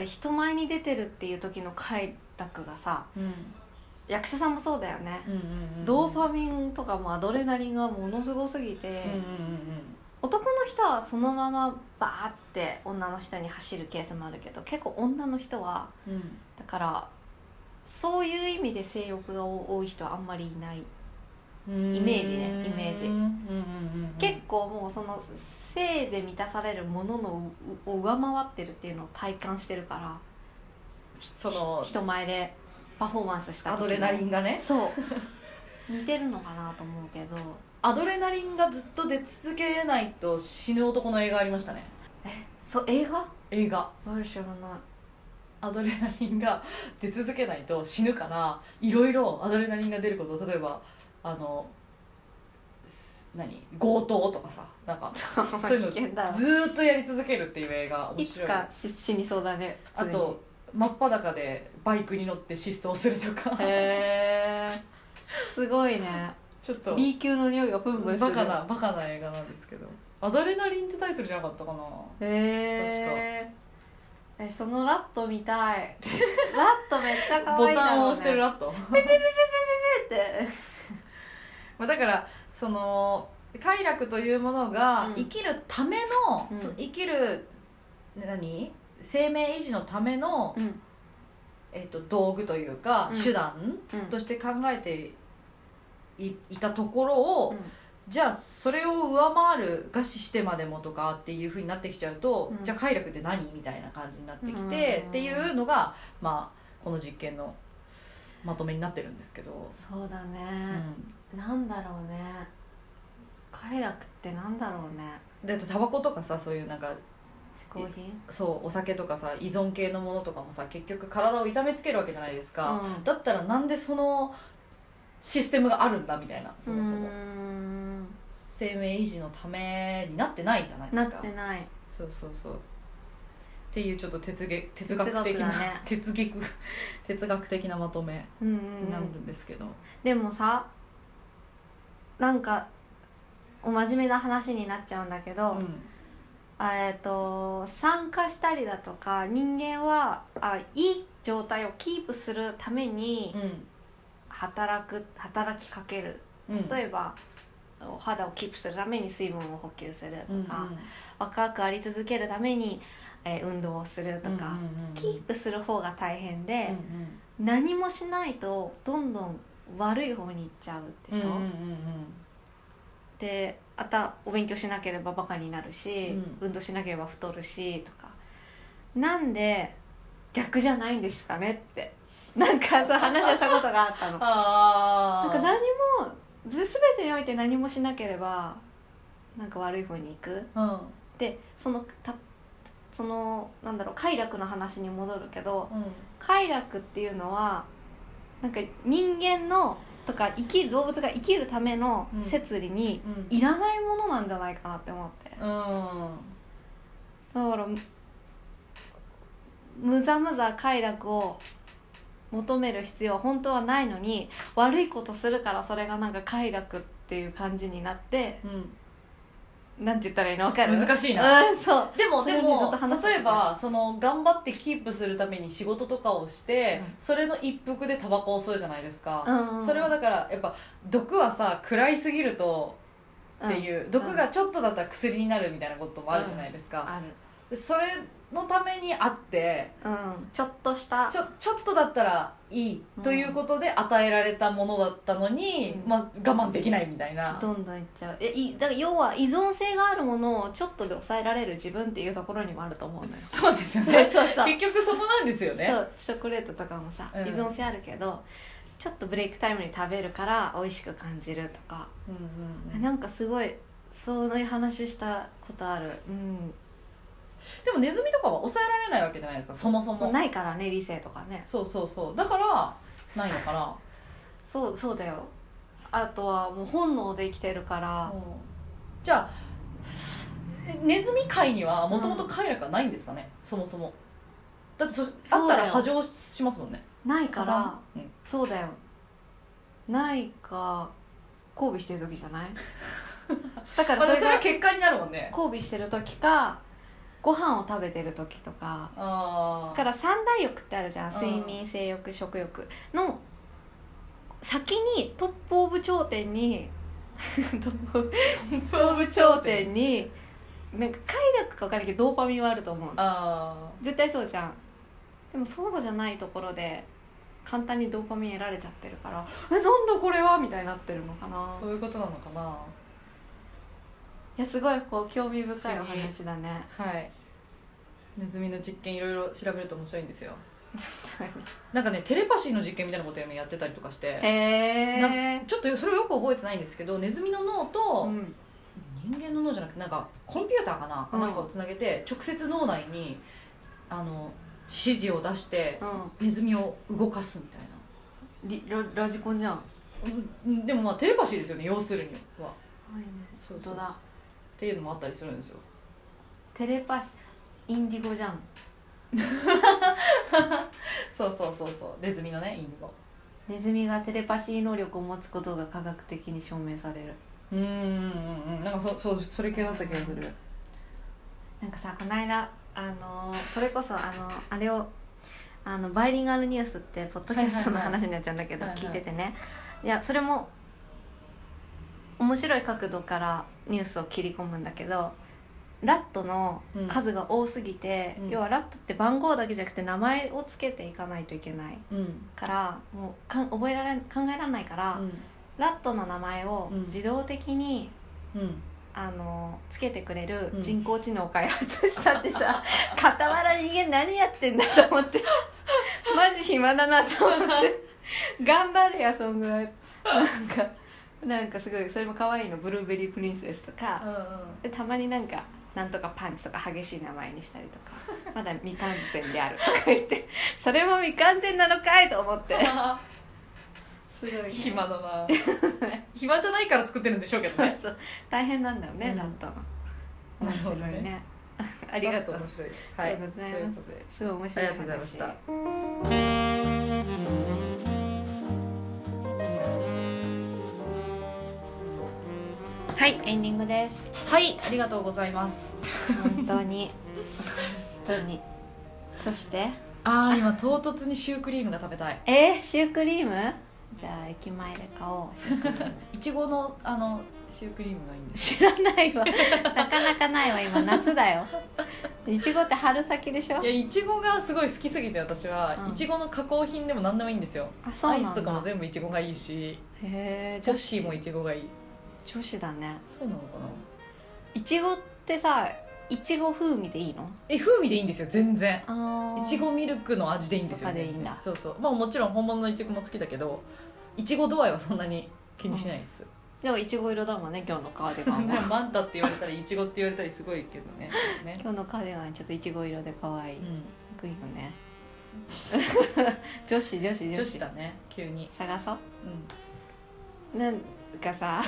Speaker 1: っぱ
Speaker 3: ん
Speaker 1: り人前に出てるっていう時の快楽がさ
Speaker 3: うん
Speaker 1: 役者さんもそうだよね、
Speaker 3: うんうんうん
Speaker 1: ドーパミンとかもアドレナリンがものすごすぎて、
Speaker 3: うんうん
Speaker 1: 男の人はそのままバーって女の人に走るケースもあるけど結構女の人は
Speaker 3: うんうんうん
Speaker 1: だからそういう意味で性欲が多い人はあんまりいない、
Speaker 3: イ
Speaker 1: イメージねイメージ
Speaker 3: うんうんうんうん
Speaker 1: 結構もうその性で満たされるもののを上回ってるっていうのを体感してるから
Speaker 3: その
Speaker 1: 人前でパフォーマンスした
Speaker 3: ア
Speaker 1: 時の
Speaker 3: ドレナリンがね
Speaker 1: そう似てるのかなと思うけど
Speaker 3: アドレナリンがずっと出続けないと死ぬ男の映画ありましたね
Speaker 1: そう映画
Speaker 3: 映画
Speaker 1: うん知らない
Speaker 3: アドレナリンが出続けないと死ぬからいろいろアドレナリンが出ること例えばあのす何強盗とかさなんかそういう の
Speaker 1: 危険だ
Speaker 3: ずーっとやり続けるっていう映画面
Speaker 1: い
Speaker 3: 白
Speaker 1: つ
Speaker 3: い
Speaker 1: か死死にそうだね普
Speaker 3: あ
Speaker 1: 通に
Speaker 3: と真っ裸でバイクに乗って失踪するとか
Speaker 1: へえすごいね
Speaker 3: ちょっと
Speaker 1: B 級の匂いがプンプンす
Speaker 3: バ
Speaker 1: る
Speaker 3: カなバカな映画なんですけどアドレナリンってタイトルじゃなかったかな
Speaker 1: へええそのラット見 たいラットめっちゃ可
Speaker 3: ボ
Speaker 1: 愛いだろう、ね、
Speaker 3: タンを押してる
Speaker 1: ラッ
Speaker 3: ラット
Speaker 1: ト
Speaker 3: まあ、だからその快楽というものが
Speaker 1: うん
Speaker 3: 生きるための,、
Speaker 1: うん
Speaker 3: その生きる何生命維持のための、
Speaker 1: うん
Speaker 3: えっと道具というか、
Speaker 1: うん
Speaker 3: 手段
Speaker 1: うん
Speaker 3: として考えていいたところを、
Speaker 1: うん
Speaker 3: じゃあそれを上回る餓死してまでもとかっていうふうになってきちゃうと、
Speaker 1: うん
Speaker 3: じゃあ快楽って何みたいな感じになってきて、
Speaker 1: うん
Speaker 3: っていうのが、まあ、この実験のまとめになってるんですけど。
Speaker 1: そうだ
Speaker 3: う
Speaker 1: ね、
Speaker 3: ん
Speaker 1: なんだろうね快楽ってなんだろうね
Speaker 3: だってタバコとかさそういうなんか
Speaker 1: 嗜好品
Speaker 3: そうお酒とかさ依存系のものとかもさ結局体を痛めつけるわけじゃないですか、
Speaker 1: うん
Speaker 3: だったらなんでそのシステムがあるんだみたいなそもそうも
Speaker 1: ーん
Speaker 3: 生命維持のためになってないじゃないで
Speaker 1: な
Speaker 3: す
Speaker 1: っ
Speaker 3: か
Speaker 1: てない
Speaker 3: そうそうそうっていうちょっと哲学哲学
Speaker 1: 哲
Speaker 3: 的
Speaker 1: 学だ
Speaker 3: な
Speaker 1: ね
Speaker 3: 哲学,、哲学的なまとめ
Speaker 1: うんうん
Speaker 3: に
Speaker 1: う
Speaker 3: なる
Speaker 1: ん
Speaker 3: んですけど、
Speaker 1: でもさなんかお真面目な話になっちゃうんだけど、
Speaker 3: うん
Speaker 1: あえっと酸化したりだとか人間はあいい状態をキープするために働く働きかける
Speaker 3: うんうん
Speaker 1: 例えばお肌をキープするために水分を補給すると
Speaker 3: うんうん
Speaker 1: か、若くあり続けるために、えー運動をするとか、
Speaker 3: うんうんうん
Speaker 1: キープする方が大変
Speaker 3: う
Speaker 1: で
Speaker 3: ん、うん
Speaker 1: 何もしないとどんどん悪い方に行っちゃうでしょ、
Speaker 3: うんうん
Speaker 1: であとはお勉強しなければバカになるし、
Speaker 3: う
Speaker 1: 運動しなければ太るしとかなんで逆じゃないんですかねって なんかさ話をしたことがあったの
Speaker 3: あ
Speaker 1: なん
Speaker 3: あ
Speaker 1: か何もず全てにおいて何もしなければなんか悪い方に行くでそのたそのなんだろう快楽の話に戻るけど
Speaker 3: うんうん
Speaker 1: 快楽っていうのはなんか人間のとか生きる動物が生きるための
Speaker 3: うん
Speaker 1: 摂理に
Speaker 3: うん
Speaker 1: いらないものなんじゃないかなって思ってだ
Speaker 3: うん
Speaker 1: からむむざむざ快楽を求める必要は本当はないのに悪いことするからそれがなんか快楽っていう感じになってなんて言ったらいいの分かる
Speaker 3: 難しいな
Speaker 1: うんそう
Speaker 3: でも
Speaker 1: そ
Speaker 3: で
Speaker 1: れにずっ
Speaker 3: も
Speaker 1: と話して
Speaker 3: 例えばその頑張ってキープするために仕事とかをして、
Speaker 1: うん
Speaker 3: それの一服でタバコを吸うじゃないですか、
Speaker 1: うんうん
Speaker 3: それはだからやっぱ毒はさ食らいすぎるとっていう、毒がちょっとだったら薬になるみたいなこともあるじゃないですか、
Speaker 1: ある
Speaker 3: でそれのためにあって
Speaker 1: うんちょっとした
Speaker 3: ちょちょっとだったらいいということで与えられたものだったのに、
Speaker 1: うん
Speaker 3: まあ、我慢できないみたいな、
Speaker 1: どんどんいっちゃうえいだから要は依存性があるものをちょっとで抑えられる自分っていうところにもあると思うのよ
Speaker 3: そうですよ
Speaker 1: そう
Speaker 3: ね
Speaker 1: そうそう
Speaker 3: 結局そこなんですよね
Speaker 1: そうチョコレートとかもさ、
Speaker 3: うん
Speaker 1: 依存性あるけどちょっとブレイクタイムに食べるから美味しく感じるとか、
Speaker 3: うんうんうん
Speaker 1: なんかすごいそういう話したことあるうん、
Speaker 3: でもネズミとかは抑えられないわけじゃないですかそもそも
Speaker 1: ないからね理性とかね
Speaker 3: そうそうそうだからないのかな
Speaker 1: そうそうだよあとはもう本能で生きてるから、
Speaker 3: うんじゃあえネズミ界にはもともと快楽はないんですかね、そもそもだってそあ
Speaker 1: そ
Speaker 3: っ
Speaker 1: うだ
Speaker 3: た
Speaker 1: よ
Speaker 3: ら波状しますもんね
Speaker 1: ないから
Speaker 3: 破談
Speaker 1: そうだよないか交尾してる時じゃ ないだか
Speaker 3: うん
Speaker 1: らそ
Speaker 3: まあ
Speaker 1: れ
Speaker 3: それ
Speaker 1: が
Speaker 3: は結果になるもんね
Speaker 1: 交尾してる時かご飯を食べてる時とか
Speaker 3: あ
Speaker 1: だ
Speaker 3: あ
Speaker 1: から三大欲ってあるじゃん
Speaker 3: うん
Speaker 1: 睡眠性欲食欲の先にトップオブ頂点に トップオブトップオブ頂点になんか快楽か分からないけどドーパミンはあると思うの
Speaker 3: あ
Speaker 1: 絶対そうじゃんでもそうじゃないところで簡単にドーパミン得られちゃってるから「えなんだこれは!」みたいになってるのかな
Speaker 3: ーそういうことなのかない
Speaker 1: やすごいこう興味深いお話だね
Speaker 3: はいネズミの実験いろいろ調べると面白いんですよなんかねテレパシーの実験みたいなことやってたりとかして
Speaker 1: へ
Speaker 3: な
Speaker 1: え
Speaker 3: ちょっとそれをよく覚えてないんですけどネズミの脳と
Speaker 1: うん
Speaker 3: 人間の脳じゃなくてなんかコンピューターかな、
Speaker 1: うん
Speaker 3: なんかをつなげて直接脳内にあの指示を出して
Speaker 1: うん
Speaker 3: ネズミを動かすみたいな
Speaker 1: リララジコンじゃん
Speaker 3: うんでもまあテレパシーですよね要するにはそう
Speaker 1: 本
Speaker 3: そう
Speaker 1: 当だ
Speaker 3: っていうのもあったりするんですよ
Speaker 1: テレパシインディゴじゃん
Speaker 3: そうそうそうそうネズミのねインディゴ
Speaker 1: ネズミがテレパシー能力を持つことが科学的に証明される
Speaker 3: うーんうんうんなんかそそうそれ系だった気がする
Speaker 1: なんかさこの間あのーそれこそあのあれをあのバイリンガルニュースってポッドキャストの
Speaker 3: はいはいはい
Speaker 1: 話になっちゃうんだけど、
Speaker 3: はいはい
Speaker 1: 聞いててねいやそれも面白い角度からニュースを切り込むんだけどラットの数が多すぎて、
Speaker 3: うん
Speaker 1: 要はラットって番号だけじゃなくて名前をつけていかないといけない
Speaker 3: うん
Speaker 1: からもうかん覚えられん考えられないから、ラットの名前を
Speaker 3: うん
Speaker 1: 自動的に、
Speaker 3: うん
Speaker 1: あのつけてくれる
Speaker 3: うん
Speaker 1: 人工知能を開発したってさ、 傍ら人間何やってんだと思ってマジ暇だなと思って頑張れやそんぐらいなんかなんかすごいそれも可愛いのブルーベリープリンセスと
Speaker 3: う
Speaker 1: か、
Speaker 3: ん
Speaker 1: でたまになんかなんとかパンチとか激しい名前にしたりとかまだ未完全であるとか言ってそれも未完全なのかいと思って すごいね、
Speaker 3: 暇だな 暇じゃないから作ってるんでしょうけど
Speaker 1: そう
Speaker 3: ね
Speaker 1: そう 大変なんだよね、
Speaker 3: うん
Speaker 1: ラットが
Speaker 3: な
Speaker 1: 面
Speaker 3: るほ
Speaker 1: 白
Speaker 3: ど
Speaker 1: い
Speaker 3: ね
Speaker 1: ね ありがとう
Speaker 3: 面白いですはい
Speaker 1: そうございます
Speaker 3: ということです
Speaker 1: ごい面白い話
Speaker 3: ありがとうございました
Speaker 1: はいエンディングです
Speaker 3: はいありがとうございます
Speaker 1: 本当に本当にそして
Speaker 3: ああ今唐突にシュークリームが食べたい
Speaker 1: えー、シュークリームじゃあ駅前で買おうシュークリ ーム
Speaker 3: いちごのあのシュークリームがいいんです
Speaker 1: 知らないわなかなかないわ今夏だよいちごって春先でしょ
Speaker 3: いやいちごがすごい好きすぎて私は、
Speaker 1: うん
Speaker 3: いちごの加工品でも何でもいいんですよ
Speaker 1: あそう
Speaker 3: ア
Speaker 1: なん
Speaker 3: イ
Speaker 1: だ
Speaker 3: スとかも全部いちごがいいし
Speaker 1: へえ
Speaker 3: ジョ
Speaker 1: 女
Speaker 3: ッシ
Speaker 1: 子
Speaker 3: ーもいちごがいい
Speaker 1: 女子だね
Speaker 3: そうなのかない
Speaker 1: ちごってさいちご風味でいいの
Speaker 3: え風味でいいんですよ全然
Speaker 1: あ
Speaker 3: いちごミルクの味でいいんですよ
Speaker 1: とかでいいんだ
Speaker 3: そうそうまあもちろん本物のいちごも好きだけどいちご度合いはそんなに気にしないです、
Speaker 1: でもいちご色だもん ね今日のカーディガン
Speaker 3: で
Speaker 1: は
Speaker 3: もマンタって言われたりいちごって言われたりすごいけど ねね、
Speaker 1: 今日のカーディガンちょっといちご色で可愛い、
Speaker 3: う
Speaker 1: グイよ ね女子女子
Speaker 3: ん、
Speaker 1: 女
Speaker 3: 女
Speaker 1: 子
Speaker 3: 子だね急に、
Speaker 1: 探そう
Speaker 3: うん、
Speaker 1: なんかさ、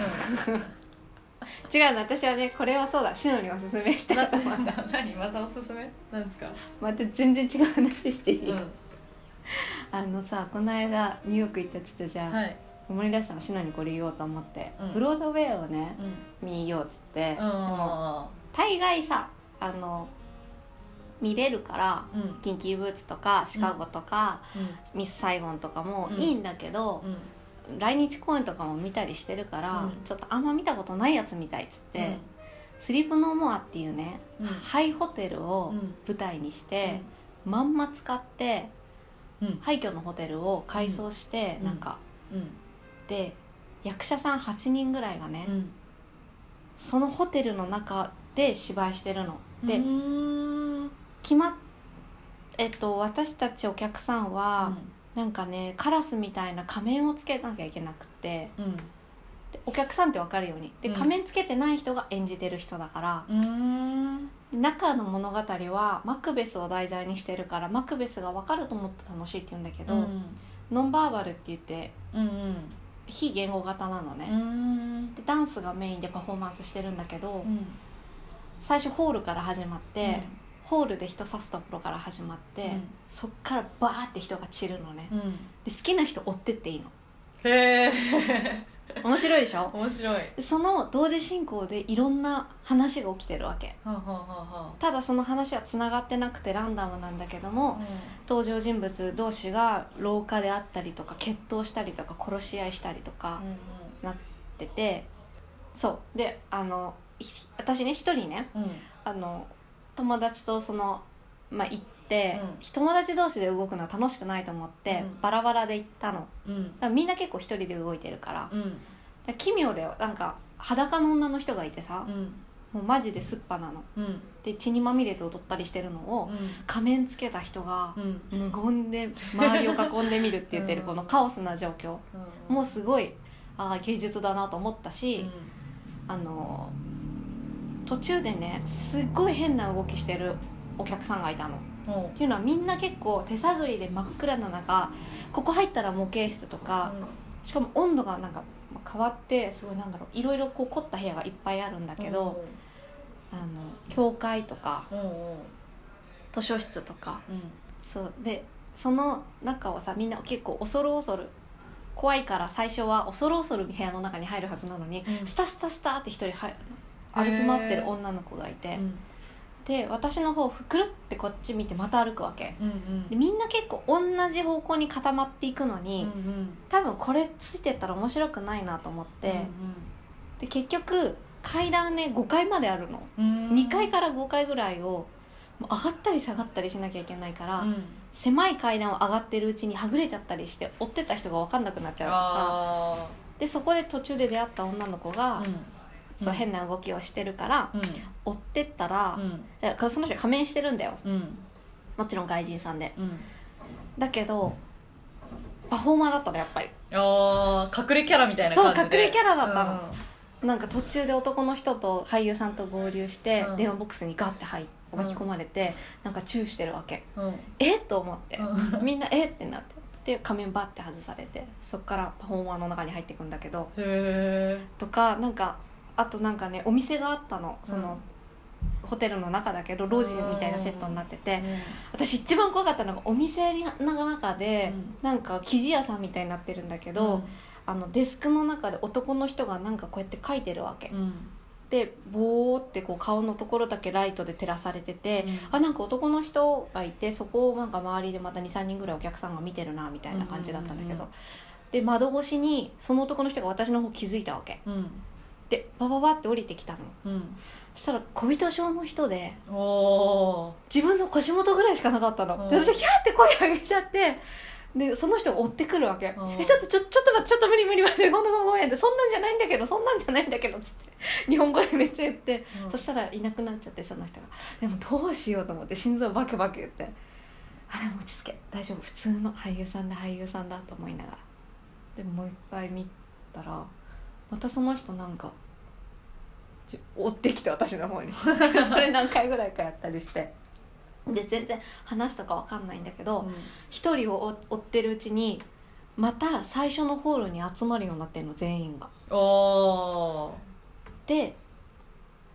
Speaker 1: 違うの私はねこれはそうだシノにおすすめ したいと思う
Speaker 3: な何またおすすめなんですか、
Speaker 1: また全然違う話していい、
Speaker 3: うん、
Speaker 1: あのさこの間ニューヨーク行ったっつったじゃん、
Speaker 3: はい、
Speaker 1: 思い出したのシノにこれ言おうと思って、
Speaker 3: うん
Speaker 1: ブロードウェイをね
Speaker 3: うん、うん
Speaker 1: 見ようっつって、でも
Speaker 3: あ
Speaker 1: 大概さあの見れるから
Speaker 3: ーうん
Speaker 1: キンキーブーツとかシカゴとか、
Speaker 3: う
Speaker 1: ミス・サイゴンとかも
Speaker 3: うん
Speaker 1: いいんだけど、
Speaker 3: んうん
Speaker 1: 来日公演とかも見たりしてるから、
Speaker 3: うん
Speaker 1: ちょっとあんま見たことないやつみたいっつって、スリープノーモアっていうね、
Speaker 3: うん
Speaker 1: ハイホテルを
Speaker 3: うん
Speaker 1: 舞台にして、まんま使って、
Speaker 3: うん
Speaker 1: 廃墟のホテルを改装して、
Speaker 3: うん
Speaker 1: なんか
Speaker 3: うん
Speaker 1: で役者さん8人ぐらいがね、
Speaker 3: うん
Speaker 1: そのホテルの中で芝居してるの。で、
Speaker 3: うーん
Speaker 1: 決まっえっと、私たちお客さんは、なんかねカラスみたいな仮面をつけなきゃいけなくって、
Speaker 3: うん
Speaker 1: でお客さんって分かるようにで
Speaker 3: うん
Speaker 1: 仮面つけてない人が演じてる人だから、
Speaker 3: うん
Speaker 1: 中の物語はマクベスを題材にしてるからマクベスが分かると思って楽しいって言うんだけど、ノンバーバルって言って
Speaker 3: うんうん
Speaker 1: 非言語型なの
Speaker 3: う
Speaker 1: ね、
Speaker 3: ん
Speaker 1: でダンスがメインでパフォーマンスしてるんだけど、
Speaker 3: うん
Speaker 1: 最初ホールから始まって、ホールで人刺すところから始まって、
Speaker 3: うん
Speaker 1: そっからバーって人が散るのね
Speaker 3: うん
Speaker 1: で好きな人追ってっていいの
Speaker 3: へえ
Speaker 1: 面白いでしょ
Speaker 3: 面白い
Speaker 1: その同時進行でいろんな話が起きてるわけ
Speaker 3: はんはんは
Speaker 1: ただその話はつながってなくてランダムなんだけども
Speaker 3: んはん
Speaker 1: 登場人物同士が廊下であったりとか決闘したりとか殺し合いしたりとか
Speaker 3: うん
Speaker 1: っててそうであのひ私ね一人ね
Speaker 3: うんうん
Speaker 1: あの友達とその、まあ、行って、
Speaker 3: うん
Speaker 1: 友達同士で動くのは楽しくないと思って、
Speaker 3: うん
Speaker 1: バラバラで行ったのだか
Speaker 3: うん
Speaker 1: らみんな結構一人で動いてるからだか
Speaker 3: うん
Speaker 1: ら奇妙だよなんか裸の女の人がいてさ、
Speaker 3: うん
Speaker 1: もうマジでスッパなの
Speaker 3: うん
Speaker 1: で血にまみれて踊ったりしてるのを仮面つけた人が
Speaker 3: うんうん
Speaker 1: 無言で周りを囲んでみるって言ってる
Speaker 3: うん
Speaker 1: このカオスな状況もうすごいああ芸術だなと思った
Speaker 3: うん
Speaker 1: し、あの途中でねすっごい変な動きしてるお客さんがいたの。
Speaker 3: も
Speaker 1: っていうのはみんな結構手探りで真っ暗な中ここ入ったら模型室と
Speaker 3: う
Speaker 1: かしかも温度がなんか変わってすごいなんだろういろいろこう凝った部屋がいっぱいあるんだけど、あの教会とか
Speaker 3: うんうん
Speaker 1: 図書室とか
Speaker 3: うん
Speaker 1: そうでその中をさみんな結構恐る恐る怖いから最初は恐る恐る部屋の中に入るはずなのに、
Speaker 3: うん
Speaker 1: スタスタスタって一人入歩き回ってる女の子がいて、
Speaker 3: うん
Speaker 1: で私の方くるってこっち見てまた歩くわけ
Speaker 3: うん
Speaker 1: でみんな結構同じ方向に固まっていくの
Speaker 3: うん
Speaker 1: に、
Speaker 3: うん
Speaker 1: 多分これついてったら面白くないなと思って、で結局階段ね5階まであるの、
Speaker 3: うん
Speaker 1: 2階から5階ぐらいをもう上がったり下がったりしなきゃいけないから、
Speaker 3: うん
Speaker 1: 狭い階段を上がってるうちにはぐれちゃったりして追ってた人が分かんなくなっちゃうとか
Speaker 3: あ
Speaker 1: でそこで途中で出会った女の子が、
Speaker 3: あうん
Speaker 1: そう変な動きをしてるから
Speaker 3: うん
Speaker 1: 追ってったら
Speaker 3: う、ん
Speaker 1: だからその人仮面してるんだよ
Speaker 3: うん
Speaker 1: もちろん外人さんで
Speaker 3: うん
Speaker 1: だけどパフォーマーだったのやっぱり
Speaker 3: ああ隠れキャラみたいな感じで
Speaker 1: そう隠れキャラだったのなんか途中で男の人と俳優さんと合流して、
Speaker 3: うん
Speaker 1: 電話ボックスにガッて入巻き込まれて、なんかチューしてるわけ
Speaker 3: うんうん
Speaker 1: えっと思って、
Speaker 3: うん
Speaker 1: みんなえっってなってで仮面バッて外されてそっからパフォーマーの中に入っていくんだけど
Speaker 3: へえ
Speaker 1: とかなんかあとなんかねお店があったのその、ホテルの中だけど路地みたいなセットになってて、私一番怖かったのがお店の中で、
Speaker 3: うん
Speaker 1: なんか生地屋さんみたいになってるんだけど、あのデスクの中で男の人がなんかこうやって書いてるわけ、
Speaker 3: うん
Speaker 1: でボーってこう顔のところだけライトで照らされてて、あ
Speaker 3: あ
Speaker 1: なんか男の人がいてそこをなんか周りでまた23人ぐらいお客さんが見てるなみたいな感じだったんだけど、
Speaker 3: うんうんうん
Speaker 1: で窓越しにその男の人が私の方気づいたわけ
Speaker 3: うん
Speaker 1: でバババって降りてきたの
Speaker 3: うん
Speaker 1: そしたら小人症の人で
Speaker 3: おお
Speaker 1: 自分の腰元ぐらいしかなかったの、で
Speaker 3: うん
Speaker 1: 私ヒャーって声上げちゃってでその人が追ってくるわけ「
Speaker 3: うん
Speaker 1: えちょっとちょちょっと待ってちょっと無理無理無理ごめんごめんごめん」って「そんなんじゃないんだけどそんなんじゃないんだけど」っつって日本語でめっちゃ言ってそしたらいなくなっちゃってその人がでもどうしようと思って心臓バクバク言って「あれ落ち着け大丈夫普通の俳優さんだ俳優さんだ」と思いながらでもう一回見たらまたその人なんかち追ってきて私の方にそれ何回ぐらいかやったりしてで全然話とかわかんないんだけど一、人を追追ってるうちにまた最初のホールに集まるようになってるの全員が。
Speaker 3: おお
Speaker 1: で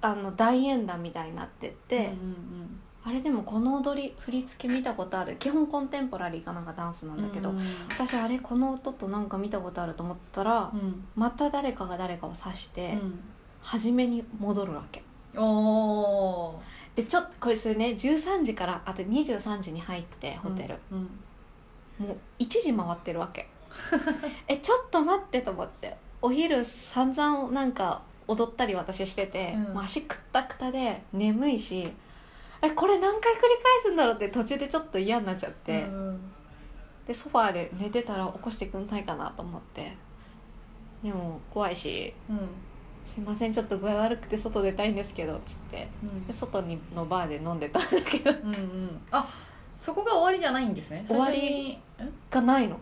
Speaker 1: あの大演壇みたいになってって、あれでもこの踊り振り付け見たことある基本コンテンポラリーかなんかダンスなんだけど、私あれこの音となんか見たことあると思ったら、
Speaker 3: うん
Speaker 1: また誰かが誰かを指して、初めに戻るわけ
Speaker 3: おお
Speaker 1: でちょっとこれそれね13時からあと23時に入ってホテル、もう1時回ってるわけ えちょっと待ってと思ってお昼散々なんか踊ったり私してて、
Speaker 3: うん
Speaker 1: もう足くったくたで眠いしえこれ何回繰り返すんだろうって途中でちょっと嫌になっちゃって、でソファーで寝てたら起こしてくんないかなと思ってでも怖いし「すいませんちょっと具合悪くて外出たいんですけど」っつってで外にのバーで飲んでたんだけど
Speaker 3: あそこが終わりじゃないんですね
Speaker 1: がないの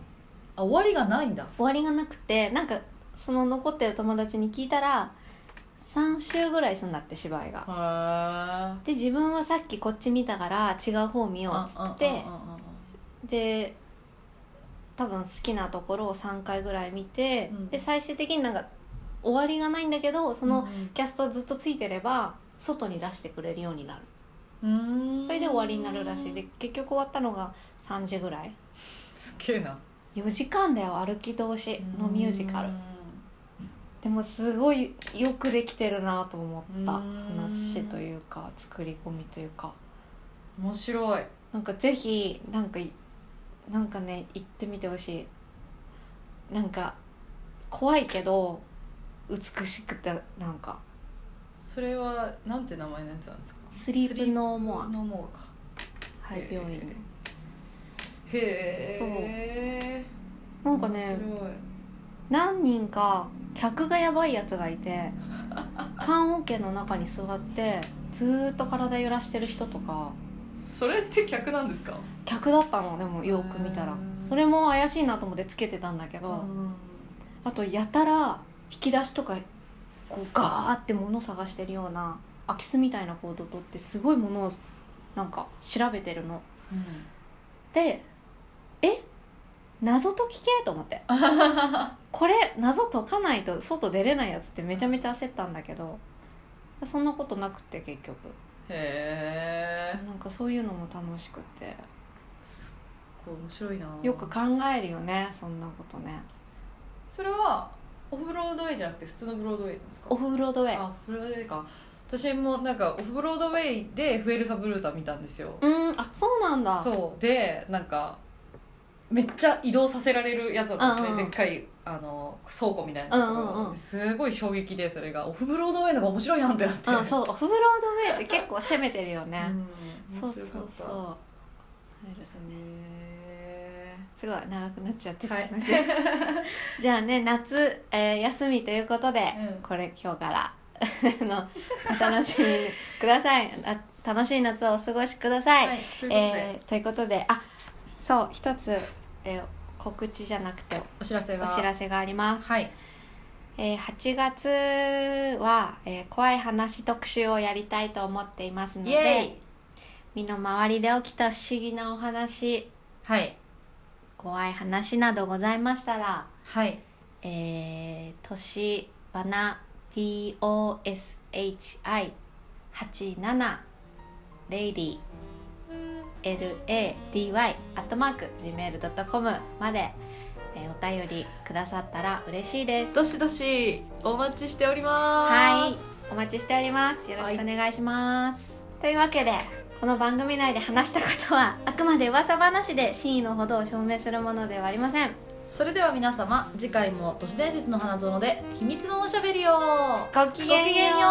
Speaker 3: あ終わりがないんだ
Speaker 1: 終わりがなくてなんかその残ってる友達に聞いたら3週ぐらいすんだって芝居が
Speaker 3: は
Speaker 1: で自分はさっきこっち見たから違う方見ようっつってで多分好きなところを3回ぐらい見て、
Speaker 3: うん
Speaker 1: で最終的になんか終わりがないんだけどそのキャストずっとついてれば外に出してくれるようになるそれで終わりになるらしいで結局終わったのが3時ぐらい
Speaker 3: すげえな
Speaker 1: 4時間だよ歩き通しのミュージカルでもすごいよくできてるなと思った
Speaker 3: うん
Speaker 1: 話というか作り込みというか
Speaker 3: 面白い
Speaker 1: なんかぜひなんかいなんかね行ってみてほしいなんか怖いけど美しくてなんか
Speaker 3: それはなんて名前のやつなんですか
Speaker 1: スリープノーモア
Speaker 3: ノモアか
Speaker 1: はい病院
Speaker 3: へえ
Speaker 1: そう
Speaker 3: う
Speaker 1: なんかね何人か客がやばいやつがいて棺桶の中に座ってずーっと体揺らしてる人とか
Speaker 3: それって客なんですか
Speaker 1: 客だったのでもよく見たら
Speaker 3: うん
Speaker 1: それも怪しいなと思ってつけてたんだけど、あとやたら引き出しとかこうガーって物探してるような空き巣みたいな行動をとってすごい物をなんか調べてるの。でえ謎解き系と思って これ謎解かないと外出れないやつってめちゃめちゃ焦ったんだけどそんなことなくて結局
Speaker 3: へえ
Speaker 1: なんかそういうのも楽しくて
Speaker 3: 面白いな
Speaker 1: よく考えるよねそんなことね
Speaker 3: それはオフブロードウェイじゃなくて普通のブロードウェイなんですか
Speaker 1: オフブロードウェイ
Speaker 3: あブロードウェイか私もなんかオフブロードウェイでフエルサ・ブルータ見たんですよ
Speaker 1: うんあそうなんだ
Speaker 3: そうでなんかめっちゃ移動させられるやつだったんですね、
Speaker 1: うんうん
Speaker 3: でっかいあの倉庫みたいなとこ
Speaker 1: うん
Speaker 3: ろ、
Speaker 1: うんうん
Speaker 3: すごい衝撃でそれがオフブロードウェイの方が面白いやんってなって
Speaker 1: あそうオフブロードウェイって結構攻めてるよ
Speaker 3: う
Speaker 1: ね、
Speaker 3: ん
Speaker 1: そうそうそう
Speaker 3: 面白か
Speaker 1: そ
Speaker 3: っ
Speaker 1: うです
Speaker 3: た
Speaker 1: ね
Speaker 3: へ
Speaker 1: すごい長くなっちゃってす
Speaker 3: はい
Speaker 1: いません、 じゃあね夏、えー休みということで、
Speaker 3: うん
Speaker 1: これ今日から あのお楽しみくださいあ楽しい夏をお過ごしくださ
Speaker 3: ー
Speaker 1: い、
Speaker 3: はいということで、
Speaker 1: えーということであそう一つ、えー告知じゃなくて
Speaker 3: お知らせが
Speaker 1: お知らせがあります、
Speaker 3: はい
Speaker 1: えー8月は、えー怖い話特集をやりたいと思っていますの
Speaker 3: イエ
Speaker 1: で身の回りで起きた不思議なお話
Speaker 3: はい
Speaker 1: 怖い話などございましたら
Speaker 3: はい
Speaker 1: えー、としばな TOSHI87 レイリー LADY アットマーク Gmail.com まで、えーお便りくださったら嬉しいです
Speaker 3: どしどしお待ちしております
Speaker 1: はいお待ちしておりますよろしくお願いします、というわけでこの番組内で話したことはあくまで噂話で真意のほどを証明するものではありません
Speaker 3: それでは皆様次回も都市伝説の花園で秘密のおしゃべりを
Speaker 1: ごきげんよう
Speaker 3: う